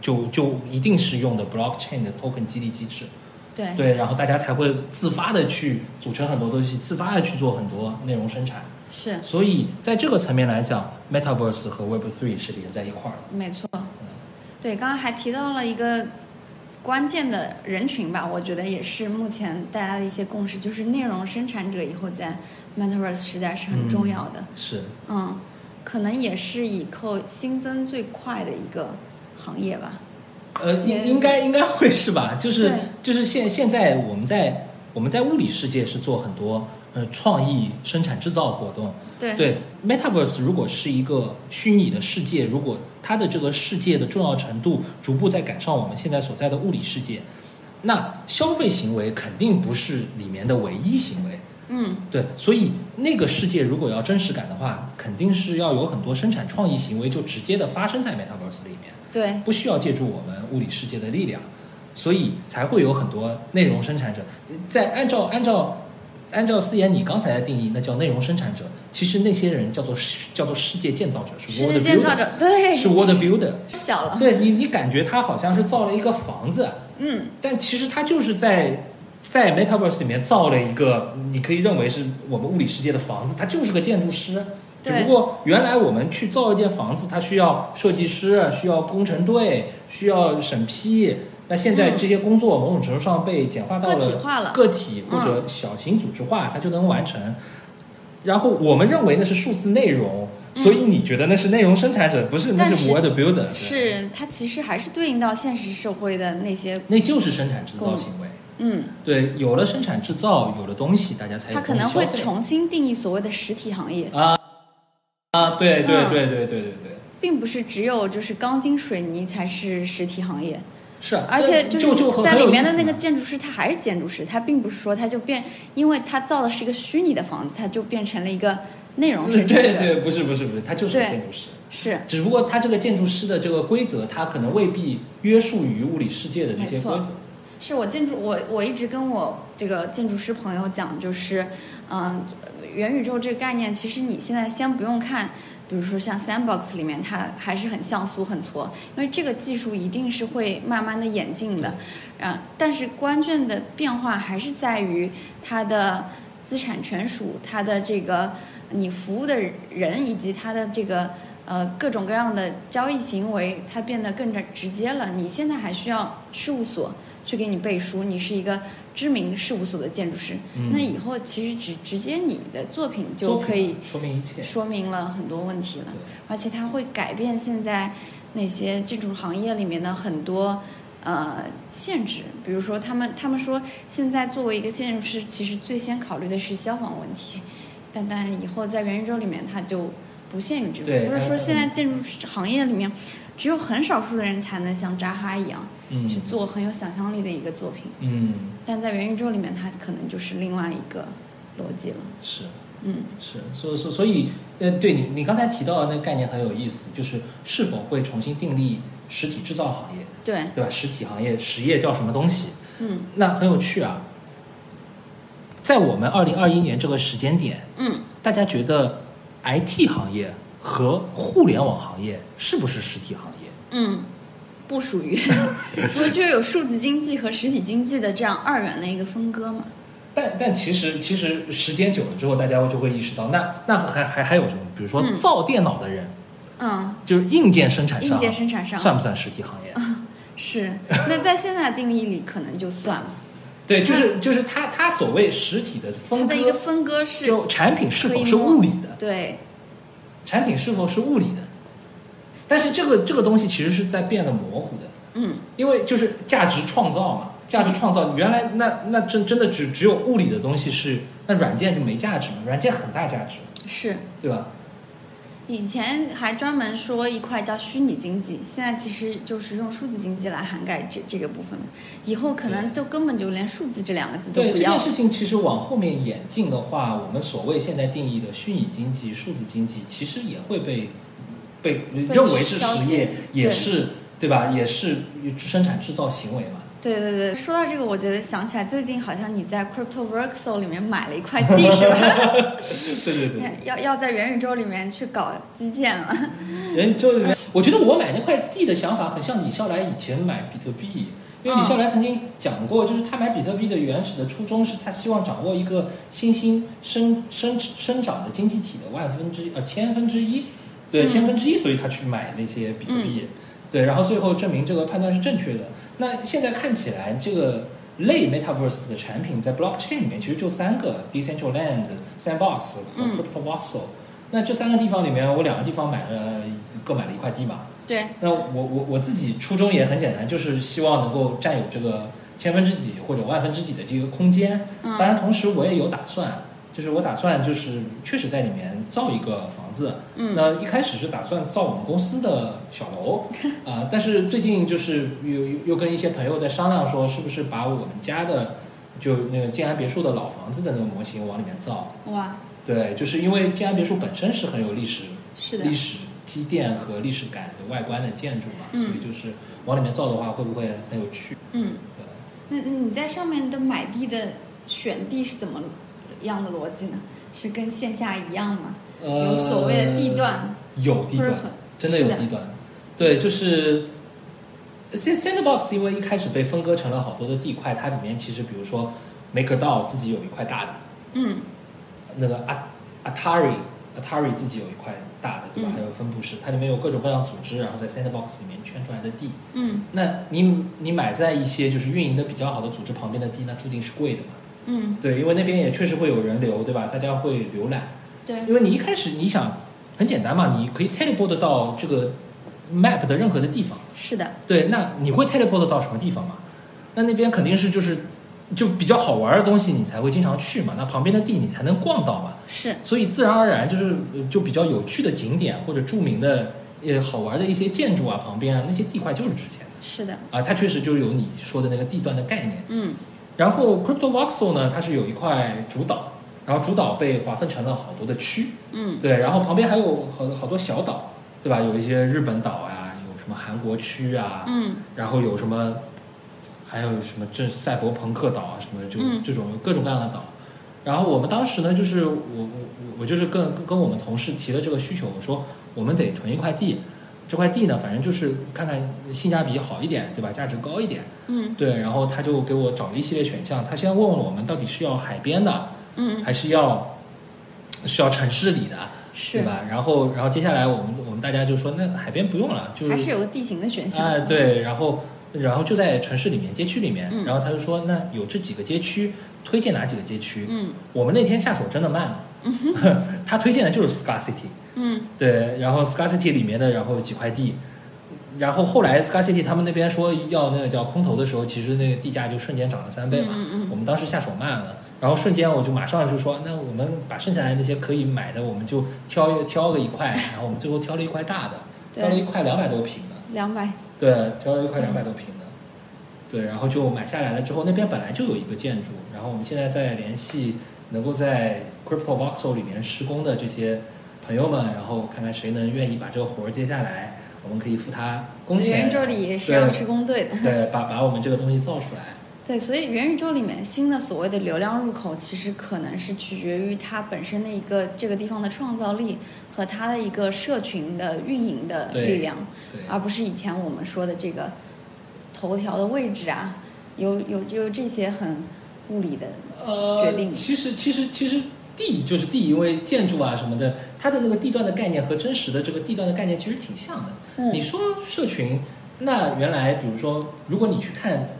Speaker 1: 就就一定是用的 blockchain 的 token 激励机制。
Speaker 2: 对
Speaker 1: 对，然后大家才会自发的去组成很多东西，自发的去做很多内容生产。
Speaker 2: 是
Speaker 1: 所以在这个层面来讲，Metaverse 和 Web 3是连在一块儿的。
Speaker 2: 没错。对，刚刚还提到了一个关键的人群吧，我觉得也是目前大家的一些共识，就是内容生产者以后在 Metaverse 时代是很重要的。
Speaker 1: 是，
Speaker 2: 嗯可能也是以后新增最快的一个行业吧。
Speaker 1: 呃，应
Speaker 2: 也
Speaker 1: 应该应该会是吧？就是
Speaker 2: 对
Speaker 1: 就是现现在我们在我们在物理世界是做很多呃创意生产制造活动，
Speaker 2: 对
Speaker 1: 对，Metaverse 如果是一个虚拟的世界，如果它的这个世界的重要程度逐步在赶上我们现在所在的物理世界，那消费行为肯定不是里面的唯一行为，
Speaker 2: 嗯，
Speaker 1: 对，所以那个世界如果要真实感的话，肯定是要有很多生产创意行为就直接的发生在 Metaverse 里面，
Speaker 2: 对，
Speaker 1: 不需要借助我们物理世界的力量，所以才会有很多内容生产者。在按照按照按照思妍你刚才的定义，那叫内容生产者，其实那些人叫做世叫做世界建造者，是
Speaker 2: 世
Speaker 1: world
Speaker 2: 界建造
Speaker 1: builder，
Speaker 2: 者，对，
Speaker 1: 是 world builder。
Speaker 2: 小了，
Speaker 1: 对你，你感觉他好像是造了一个房子，
Speaker 2: 嗯，
Speaker 1: 但其实它就是在在 Metaverse 里面造了一个，你可以认为是我们物理世界的房子，它就是个建筑师。啊只
Speaker 2: 对
Speaker 1: 不过原来我们去造一间房子，它需要设计师、需要工程队、需要审批。那现在
Speaker 2: 嗯
Speaker 1: 这些工作某种程度上被简化到了
Speaker 2: 个体化了嗯
Speaker 1: 个体或者小型组织化，它就能完成。然后我们认为那是数字内容，所以你觉得那是内容生产者，不是那
Speaker 2: 但
Speaker 1: 是
Speaker 2: 是
Speaker 1: word builder，对
Speaker 2: 是它其实还是对应到现实社会的那些，
Speaker 1: 那就是生产制造行为。
Speaker 2: 嗯，
Speaker 1: 对，有了生产制造，有了东西，大家才有
Speaker 2: 它可
Speaker 1: 动力
Speaker 2: 能会
Speaker 1: 消费
Speaker 2: 重新定义所谓的实体行业，
Speaker 1: 啊，对对
Speaker 2: 嗯
Speaker 1: 对对对对对，
Speaker 2: 并不是只有就是钢筋水泥才是实体行业，
Speaker 1: 是啊，
Speaker 2: 而且
Speaker 1: 就是就很
Speaker 2: 在
Speaker 1: 很有
Speaker 2: 里面
Speaker 1: 意
Speaker 2: 的
Speaker 1: 思
Speaker 2: 那个
Speaker 1: 嘛
Speaker 2: 建筑师，他还是建筑师，他并不是说他就变，因为他造的是一个虚拟的房子，他就变成了一个内容生产
Speaker 1: 对
Speaker 2: 者，
Speaker 1: 对，不是不是不是，他就是个
Speaker 2: 对
Speaker 1: 建筑师，
Speaker 2: 是
Speaker 1: 只不过他这个建筑师的这个规则，他可能未必约束于物理世界的这些
Speaker 2: 没错
Speaker 1: 规则。
Speaker 2: 是我建筑，我我一直跟我这个建筑师朋友讲，就是，嗯、元宇宙这个概念，其实你现在先不用看，比如说像 Sandbox 里面，它还是很像素、很挫，因为这个技术一定是会慢慢的演进的。啊，但是关键的变化还是在于它的资产权属，它的这个你服务的人以及它的这个呃各种各样的交易行为，它变得更加直接了。你现在还需要事务所去给你背书，你是一个知名事务所的建筑师，
Speaker 1: 嗯
Speaker 2: 那以后其实直直接你的作品就
Speaker 1: 作品
Speaker 2: 可以
Speaker 1: 说明一切，
Speaker 2: 说明了很多问题了
Speaker 1: 对，
Speaker 2: 而且它会改变现在那些建筑行业里面的很多呃限制，比如说他们他们说现在作为一个建筑师，其实最先考虑的是消防问题， <laughs> 但但以后在元宇宙里面它就不限于这
Speaker 1: 对
Speaker 2: 个，或者
Speaker 1: 它它
Speaker 2: 说现在建筑行业里面只有很少数的人才能像扎哈一样
Speaker 1: 嗯
Speaker 2: 去做很有想象力的一个作品，
Speaker 1: 嗯，
Speaker 2: 但在元宇宙里面，它可能就是另外一个逻辑了，
Speaker 1: 是。
Speaker 2: 嗯。
Speaker 1: 是，所以所以所以，呃，对你你刚才提到的那个概念很有意思，就是是否会重新定立实体制造行业，
Speaker 2: 对，
Speaker 1: 对吧？实体行业实业叫什么东西？
Speaker 2: 嗯
Speaker 1: 那很有趣啊。在我们二零二一年这个时间点，
Speaker 2: 嗯，
Speaker 1: 大家觉得 IT 行业和互联网行业是不是实体行业？
Speaker 2: 嗯，不属
Speaker 1: <laughs>
Speaker 2: 于，不是就有数字经济和实体经济的这样二元的一个分割嘛？
Speaker 1: 但但其实其实时间久了之后，大家就会意识到，那那还还还有什么？比如说
Speaker 2: 嗯
Speaker 1: 造电脑的人，
Speaker 2: 嗯，
Speaker 1: 就是硬件生产商，
Speaker 2: 硬件生产商
Speaker 1: 算不算实体行业？
Speaker 2: 是。那在现在的定义里，可能就算了。
Speaker 1: 对，就是就是他他所谓实体的
Speaker 2: 它
Speaker 1: <laughs> 分
Speaker 2: 的一个
Speaker 1: 割，
Speaker 2: 分割是
Speaker 1: 就产品是
Speaker 2: 可
Speaker 1: 否
Speaker 2: 以
Speaker 1: 是
Speaker 2: 摸
Speaker 1: 物理的，
Speaker 2: 对，
Speaker 1: 产品是否是物理的，但是这个这个东西其实是在变得模糊的，
Speaker 2: 嗯，
Speaker 1: 因为就是价值创造嘛，价值创造原来那那真真的只只有物理的东西是，那软件就没价值嘛，软件很大价值，
Speaker 2: 是。
Speaker 1: 对吧？
Speaker 2: 以前还专门说一块叫虚拟经济，现在其实就是用数字经济来涵盖这这个部分嘛。以后可能就根本就连数字这两个字都
Speaker 1: 对
Speaker 2: 不
Speaker 1: 这
Speaker 2: 要
Speaker 1: 件
Speaker 2: 了。
Speaker 1: 事情，其实往后面演进的话，我们所谓现在定义的虚拟经济、数字经济，其实也会被被认为是
Speaker 2: 消
Speaker 1: 实
Speaker 2: 解
Speaker 1: 业，也
Speaker 2: 对
Speaker 1: 是对吧？也是生产制造行为嘛。
Speaker 2: 对对对，说到这个，我觉得想起来最近好像你
Speaker 1: <laughs>
Speaker 2: 在 Crypto Workso 里面买了一块地是吧？
Speaker 1: 对对对。
Speaker 2: <laughs> 要要在元宇宙里面去搞基建了，
Speaker 1: 人就里面，我觉得我买那块地的想法很像李笑来以前买比特币，因为李笑来曾经讲过，就是他买比特币的原始的初衷是他希望掌握一个新兴生生生长的经济体的万分之呃千分之一，对
Speaker 2: 嗯
Speaker 1: 千分之一，所以他去买那些比特币，对，然后最后证明这个判断是正确的。那现在看起来这个。类 Metaverse 的产品在 Blockchain 里面其实就三个：Decentraland、Sandbox 和
Speaker 2: 嗯
Speaker 1: Crypto Voxel。那这三个地方里面，我两个地方买了各买了一块地嘛。
Speaker 2: 对，
Speaker 1: 那我我我自己初衷也很简单，就是希望能够占有这个千分之几或者万分之几的这个空间。当
Speaker 2: 嗯
Speaker 1: 然，同时我也有打算，就是我打算就是确实在里面造一个房子。
Speaker 2: 嗯，
Speaker 1: 那一开始是打算造我们公司的小
Speaker 2: <laughs>
Speaker 1: 楼啊、但是最近就是又又又跟一些朋友在商量说，是不是把我们家的就那个静安别墅的老房子的那个模型往里面造。
Speaker 2: 哇，
Speaker 1: 对，就是因为静安别墅本身是很有历史、
Speaker 2: 是的
Speaker 1: 历，史积淀和历史感的外观的建筑嘛，
Speaker 2: 嗯
Speaker 1: 所以就是往里面造的话，会不会很有趣？
Speaker 2: 嗯，
Speaker 1: 对，
Speaker 2: 那那你在上面的买地的选地是怎么样的逻辑呢？是跟线下一样吗？
Speaker 1: 呃，
Speaker 2: 有所谓的地段，
Speaker 1: 有地段
Speaker 2: 不是很，
Speaker 1: 真的有
Speaker 2: 是的
Speaker 1: 地段，对，就是。Sand Sandbox 因为一开始被分割成了好多的地块，它里面其实比如说 Maker DAO 自己有一块大的，
Speaker 2: 嗯
Speaker 1: 那个 A- Atari Atari 自己有一块大的，对吧？
Speaker 2: 嗯
Speaker 1: 还有分布式，它里面有各种各样组织，然后在 Sandbox 里面圈出来的地。
Speaker 2: 嗯
Speaker 1: 那你你买在一些就是运营的比较好的组织旁边的地，那注定是贵的嘛？
Speaker 2: 嗯，
Speaker 1: 对，因为那边也确实会有人流，对吧？大家会浏览，
Speaker 2: 对
Speaker 1: 因为你一开始你想很简单嘛，你可以 teleport 到这个 map 的任何的地方。
Speaker 2: 是的，
Speaker 1: 对，那你会 teleport 到什么地方吗？那那边肯定是就是就比较好玩的东西，你才会经常去嘛。那旁边的地你才能逛到嘛。
Speaker 2: 是
Speaker 1: 所以自然而然就是呃就比较有趣的景点或者著名的呃好玩的一些建筑啊，旁边啊那些地块就是值钱
Speaker 2: 是的，
Speaker 1: 的啊，它确实就有你说的那个地段的概念。
Speaker 2: 嗯
Speaker 1: 然后 Crypto Voxel 呢，它是有一块主岛，然后主岛被划分成了好多的区，
Speaker 2: 嗯
Speaker 1: 对，然后旁边还有好好多小岛，对吧？有一些日本岛啊，有什么韩国区啊，
Speaker 2: 嗯
Speaker 1: 然后有什么，还有什么这赛博朋克岛啊，什么就
Speaker 2: 嗯
Speaker 1: 这种各种各样的岛。然后我们当时呢，就是我我我我就是跟跟跟我们同事提了这个需求，我说我们得囤一块地，这块地呢，反正就是看看性价比好一点，对吧？价值高一点，
Speaker 2: 嗯
Speaker 1: 对。然后他就给我找了一系列选项，他先问问我们到底是要海边的，
Speaker 2: 嗯，
Speaker 1: 还是要是要城市里的，对
Speaker 2: 是？
Speaker 1: 吧？然后然后接下来我们我们大家就说，那海边不用了，就
Speaker 2: 还是有个地形的选项，
Speaker 1: 哎，，对，然后然后就在城市里面，街区里面，
Speaker 2: 嗯
Speaker 1: 然后他就说，那有这几个街区，推荐哪几个街区？
Speaker 2: 嗯
Speaker 1: 我们那天下手真的慢了， <laughs> 他推荐的就是 Scar City，
Speaker 2: 嗯
Speaker 1: 对，然后 Scar City 里面的然后几块地。然后后来 Scar City 他们那边说要那个叫空投的时候，其实那个地价就瞬间涨了三倍嘛。
Speaker 2: 嗯嗯嗯
Speaker 1: 我们当时下手慢了，然后瞬间我就马上就说，那我们把剩下来那些可以买的，我们就挑一挑个一块，然后我们最后挑了一块大的，
Speaker 2: 对
Speaker 1: 挑了一块两百多平的，
Speaker 2: 两百，
Speaker 1: 对，挑了一块两百多平的，对，然后就买下来了之后，那边本来就有一个建筑，然后我们现在在联系能够在 Crypto Voxel 里面施工的这些朋友们，然后看看谁能愿意把这个活儿接下来，我们可以付他工钱。
Speaker 2: 元宇宙里也是
Speaker 1: 对
Speaker 2: 有施工队的，
Speaker 1: 对，把把我们这个东西造出来，
Speaker 2: 对，所以元宇宙里面新的所谓的流量入口，其实可能是取决于它本身的一个这个地方的创造力和它的一个社群的运营的
Speaker 1: 对
Speaker 2: 力量，
Speaker 1: 对，
Speaker 2: 而不是以前我们说的这个头条的位置啊，有有有这些很物理的，
Speaker 1: 呃，
Speaker 2: 决定
Speaker 1: 其实其实其实地就是地，因为建筑啊什么的，它的那个地段的概念和真实的这个地段的概念其实挺像的。
Speaker 2: 嗯
Speaker 1: 你说社群，那原来比如说，如果你去看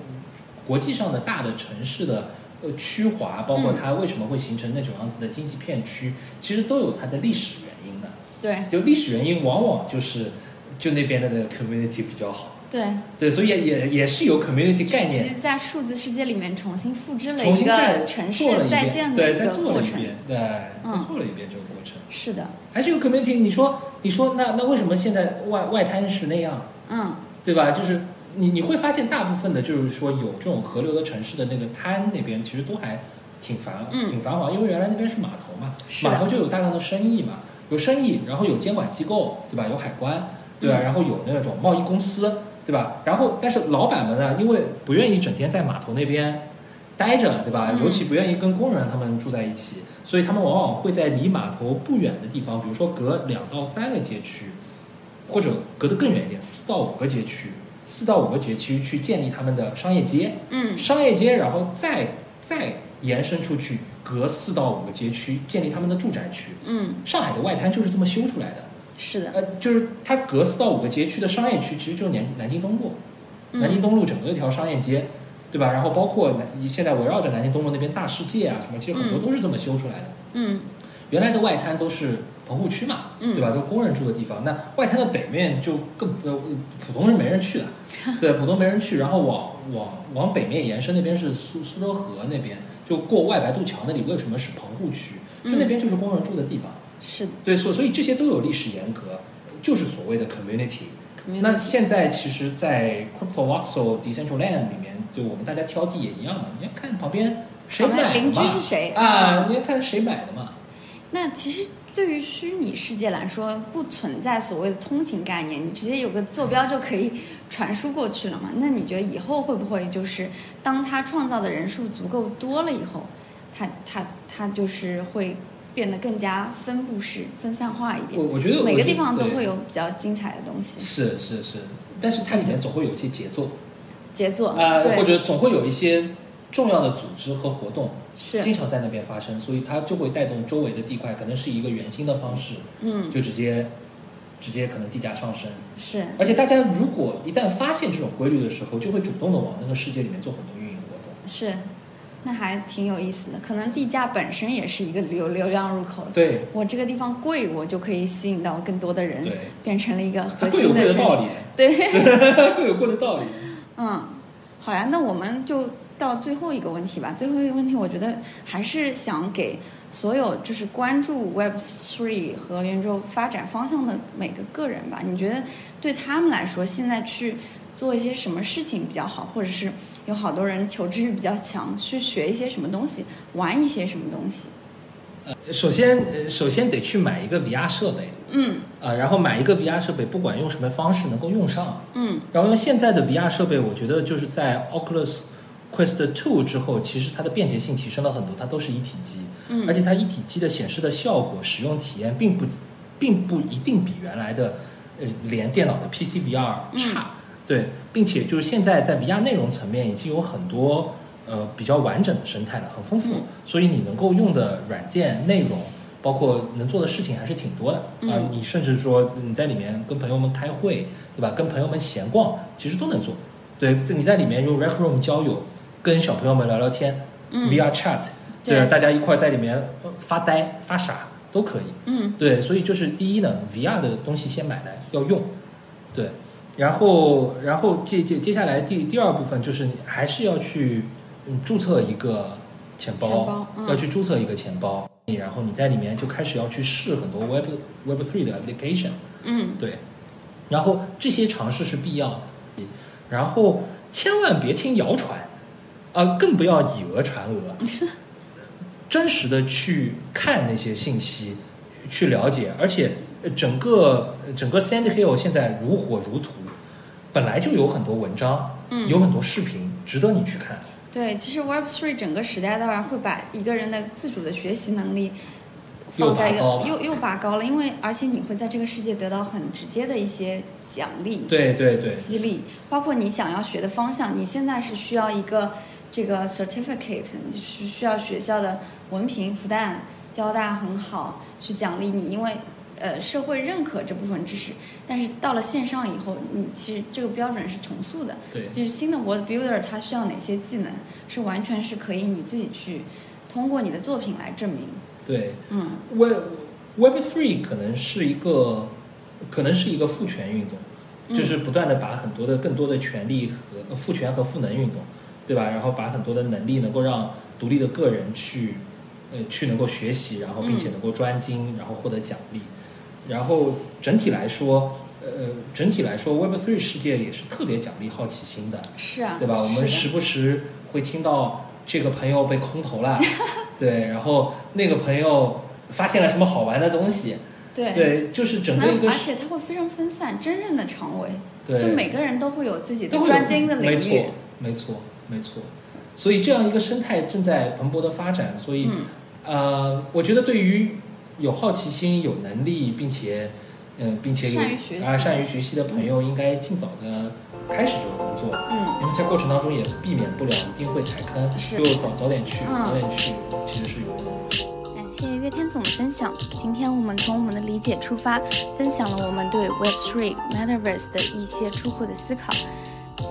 Speaker 1: 国际上的大的城市的呃区划，包括
Speaker 2: 嗯
Speaker 1: 它为什么会形成那种样子的经济片区，其实都有它的历史原因的。
Speaker 2: 对
Speaker 1: 就历史原因，往往就是就那边的那个 community 比较好，
Speaker 2: 对，
Speaker 1: 对，所以也也也是有 community 概
Speaker 2: 其
Speaker 1: 念
Speaker 2: 实，在数字世界里面重新复制了
Speaker 1: 重
Speaker 2: 一
Speaker 1: 新再
Speaker 2: 个城
Speaker 1: 做了
Speaker 2: 市
Speaker 1: 一
Speaker 2: 再
Speaker 1: 遍
Speaker 2: 建的
Speaker 1: 对，
Speaker 2: 一
Speaker 1: 再
Speaker 2: 个
Speaker 1: 做
Speaker 2: 过
Speaker 1: 了一
Speaker 2: 程，
Speaker 1: 遍，对，再
Speaker 2: 嗯
Speaker 1: 做了一遍这个过程，
Speaker 2: 是的，
Speaker 1: 还是有 community。你说，你说那那为什么现在外外滩是那样？
Speaker 2: 嗯，
Speaker 1: 对吧？就是你你会发现，大部分的就是说有这种河流的城市的那个滩那边，其实都还挺繁、
Speaker 2: 嗯
Speaker 1: 挺繁华，因为原来那边是码头嘛，
Speaker 2: 是的
Speaker 1: 码头就有大量的生意嘛，有生意，然后有监管机构，对吧？有海关，对吧？
Speaker 2: 嗯
Speaker 1: 然后有那种贸易公司，对吧？然后但是老板们呢，因为不愿意整天在码头那边。待着，对吧？
Speaker 2: 嗯
Speaker 1: 尤其不愿意跟工人他们住在一起，所以他们往往会在离码头不远的地方，比如说隔两到三个街区，或者隔得更远一点，四到五个街区，四到五个街区去建立他们的商业街，
Speaker 2: 嗯，
Speaker 1: 商业街，然后再再延伸出去，隔四到五个街区建立他们的住宅区。
Speaker 2: 嗯，
Speaker 1: 上海的外滩就是这么修出来的，
Speaker 2: 是的，
Speaker 1: 呃，就是它隔四到五个街区的商业区，其实就是南南京东路，
Speaker 2: 嗯
Speaker 1: 南京东路整个一条商业街，对吧？然后包括南现在围绕着南京东路那边大世界啊什么，其实很多
Speaker 2: 嗯
Speaker 1: 都是这么修出来的。
Speaker 2: 嗯
Speaker 1: 原来的外滩都是棚户区嘛，
Speaker 2: 嗯
Speaker 1: 对吧？都是工人住的地方。那外滩的北面就更呃普通人没人去
Speaker 2: <laughs>
Speaker 1: 的，对，普通没人去。然后往往往北面延伸，那边是苏苏州河那边，就过外白渡桥那里，为什么是棚户区？就
Speaker 2: 嗯
Speaker 1: 那边就是工人住的地方。
Speaker 2: 是的，
Speaker 1: 对，所所以这些都有历史沿革。
Speaker 3: 就是所谓的 community。那现在其实，在 Crypto Voxel Decentraland 里面，就我们大家挑地也一样嘛，你要看旁边谁买的嘛，
Speaker 2: 邻居是谁
Speaker 3: 啊？你要看谁买的嘛。
Speaker 2: 那其实对于虚拟世界来说，不存在所谓的通勤概念，你直接有个坐标就可以传输过去了嘛。那你觉得以后会不会就是当它创造的人数足够多了以后，它它它就是会？变得更加分布式、分散化一点。
Speaker 3: 我我觉得
Speaker 2: 每个地方都会有比较精彩的东西。
Speaker 3: 是是是，但是它里面总会有一些杰作，
Speaker 2: 杰作
Speaker 3: 啊、
Speaker 2: 呃，
Speaker 3: 或者总会有一些重要的组织和活动，
Speaker 2: 是
Speaker 3: 经常在那边发生，所以它就会带动周围的地块，可能是一个原新的方式，
Speaker 2: 嗯，
Speaker 3: 就直接直接可能地价上升。
Speaker 2: 是，
Speaker 3: 而且大家如果一旦发现这种规律的时候，就会主动的往那个世界里面做很多运营活动。
Speaker 2: 是。那还挺有意思的，可能地价本身也是一个流流量入口。
Speaker 3: 对，
Speaker 2: 我这个地方贵，我就可以吸引到更多的人
Speaker 3: 对，
Speaker 2: 变成了一个
Speaker 3: 它
Speaker 2: 核
Speaker 3: 贵有
Speaker 2: 心
Speaker 3: 贵
Speaker 2: 的
Speaker 3: 的
Speaker 2: 城
Speaker 3: 道
Speaker 2: 市。
Speaker 3: 理，
Speaker 2: 对， <laughs>
Speaker 1: <laughs>
Speaker 3: 各有各的道理。
Speaker 2: 嗯，好呀，那我们就到最后一个问题吧。最后一个问题，我觉得还是想给所有就是关注 Web Three 和元宇宙发展方向的每个个人吧。你觉得对他们来说，现在去做一些什么事情比较好，或者是有好多人求知欲比较强，去学一些什么东西，玩一些什么东西？
Speaker 1: 呃，首先呃首先得去买一个 VR 设备
Speaker 2: 嗯
Speaker 1: 啊、然后买一个 VR 设备，不管用什么方式能够用上。
Speaker 2: 嗯
Speaker 1: 然后用现在的 VR 设备，我觉得就是在 Oculus Quest 2之后，其实它的便捷性提升了很多，它都是一体机，
Speaker 2: 嗯，
Speaker 1: 而且它一体机的显示的效果、使用体验并不并不一定比原来的呃连电脑的 PC VR
Speaker 2: 嗯
Speaker 1: 差，对，并且就是现在在 VR 内容层面已经有很多呃比较完整的生态了，很丰富，
Speaker 2: 嗯
Speaker 1: 所以你能够用的软件内容。包括能做的事情还是挺多的啊、
Speaker 2: 嗯
Speaker 1: 你甚至说嗯你在里面跟朋友们开会，对吧？跟朋友们闲逛，其实都能做。对，在你在里面用 Rec Room 交友，跟小朋友们聊聊天、
Speaker 2: 嗯
Speaker 1: v r Chat，
Speaker 2: 对
Speaker 1: 啊大家一块儿在里面呃发呆、发傻都可以。
Speaker 2: 嗯
Speaker 1: 对，所以就是第一呢，VR 的东西先买来要用，对，然后然后接接接下来第第二部分就是你还是要去嗯注册一个钱包，
Speaker 2: 钱包嗯
Speaker 1: 要去注册一个钱包，你然后你在里面就开始要去试很多 Web Web Three 的 application，
Speaker 2: 嗯
Speaker 1: 对，然后这些尝试是必要的，然后千万别听谣传，啊、更不要以讹传讹，真实的去看那些信息，去了解，而且呃整个呃整个 Sand Hill 现在如火如荼，本来就有很多文章，
Speaker 2: 嗯
Speaker 1: 有很多视频值得你去看，
Speaker 2: 对，其实 Web Three 整个时代的话，会把一个人的自主的学习能力
Speaker 1: 又
Speaker 2: 放在
Speaker 1: 拔
Speaker 2: 一个
Speaker 1: 高了
Speaker 2: 又又拔高了，因为而且你会在这个世界得到很直接的一些奖励、
Speaker 1: 对对对，
Speaker 2: 激励，包括你想要学的方向。你现在是需要一个这个 certificate，你是需要学校的文凭，复旦、交大很好去奖励你，因为。呃，社会认可这部分知识，但是到了线上以后，你其实这个标准是重塑的，
Speaker 1: 对
Speaker 2: 就是新的 World Builder 它需要哪些技能，是完全是可以你自己去通过你的作品来证明。
Speaker 1: 对
Speaker 2: 嗯
Speaker 1: Web Web Three 可能是一个，可能是一个父权运动，
Speaker 2: 嗯
Speaker 1: 就是不断的把很多的更多的权利和呃父权和赋能运动，对吧？然后把很多的能力能够让独立的个人去，呃，去能够学习，然后并且
Speaker 2: 嗯
Speaker 1: 能够专精，然后获得奖励。然后整体来说，呃，整体来说，Web Three 世界也是特别奖励好奇心的，
Speaker 2: 是啊，
Speaker 1: 对吧？我们
Speaker 2: 是
Speaker 1: 时
Speaker 2: 的
Speaker 1: 不时会听到这个朋友被空投
Speaker 2: <laughs>
Speaker 1: 了，对，然后那个朋友发现了什么好玩的东西，
Speaker 2: 对
Speaker 1: 对，就是整个
Speaker 2: 那
Speaker 1: 一个
Speaker 2: 而且它会非常分散，真正的长尾，
Speaker 1: 对，
Speaker 2: 就每个人都会有自己
Speaker 1: 都
Speaker 2: 的
Speaker 1: 会有
Speaker 2: 专
Speaker 1: 自己
Speaker 2: 精的领
Speaker 1: 没
Speaker 2: 域
Speaker 1: 错。，没错，没错。所以这样一个生态正在蓬勃的发展，所以、
Speaker 2: 嗯
Speaker 1: 呃，我觉得对于有好奇心、有能力，并且嗯、呃并且有
Speaker 2: 善于学习
Speaker 1: 啊善于学习的朋友，应该尽早的开始这个工作。
Speaker 2: 嗯，
Speaker 1: 因为在过程当中也避免不了一定会踩坑，
Speaker 2: 是
Speaker 1: 就早早点去，
Speaker 2: 嗯
Speaker 1: 早点去，其实是有用的。
Speaker 2: 感谢岳天总的分享。今天我们从我们的理解出发，分享了我们对 Web3 Metaverse 的一些初步的思考。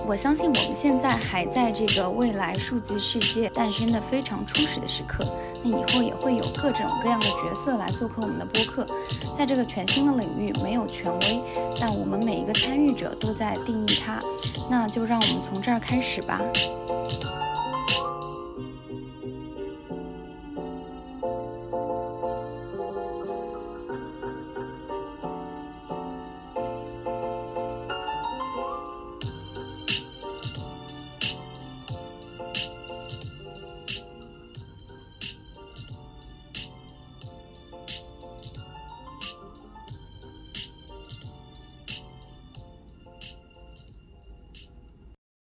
Speaker 2: 我相信我们现在还在这个未来数字世界诞生的非常初始的时刻，那以后也会有各种各样的角色来做客我们的播客。在这个全新的领域，没有权威，但我们每一个参与者都在定义它。那就让我们从这儿开始吧。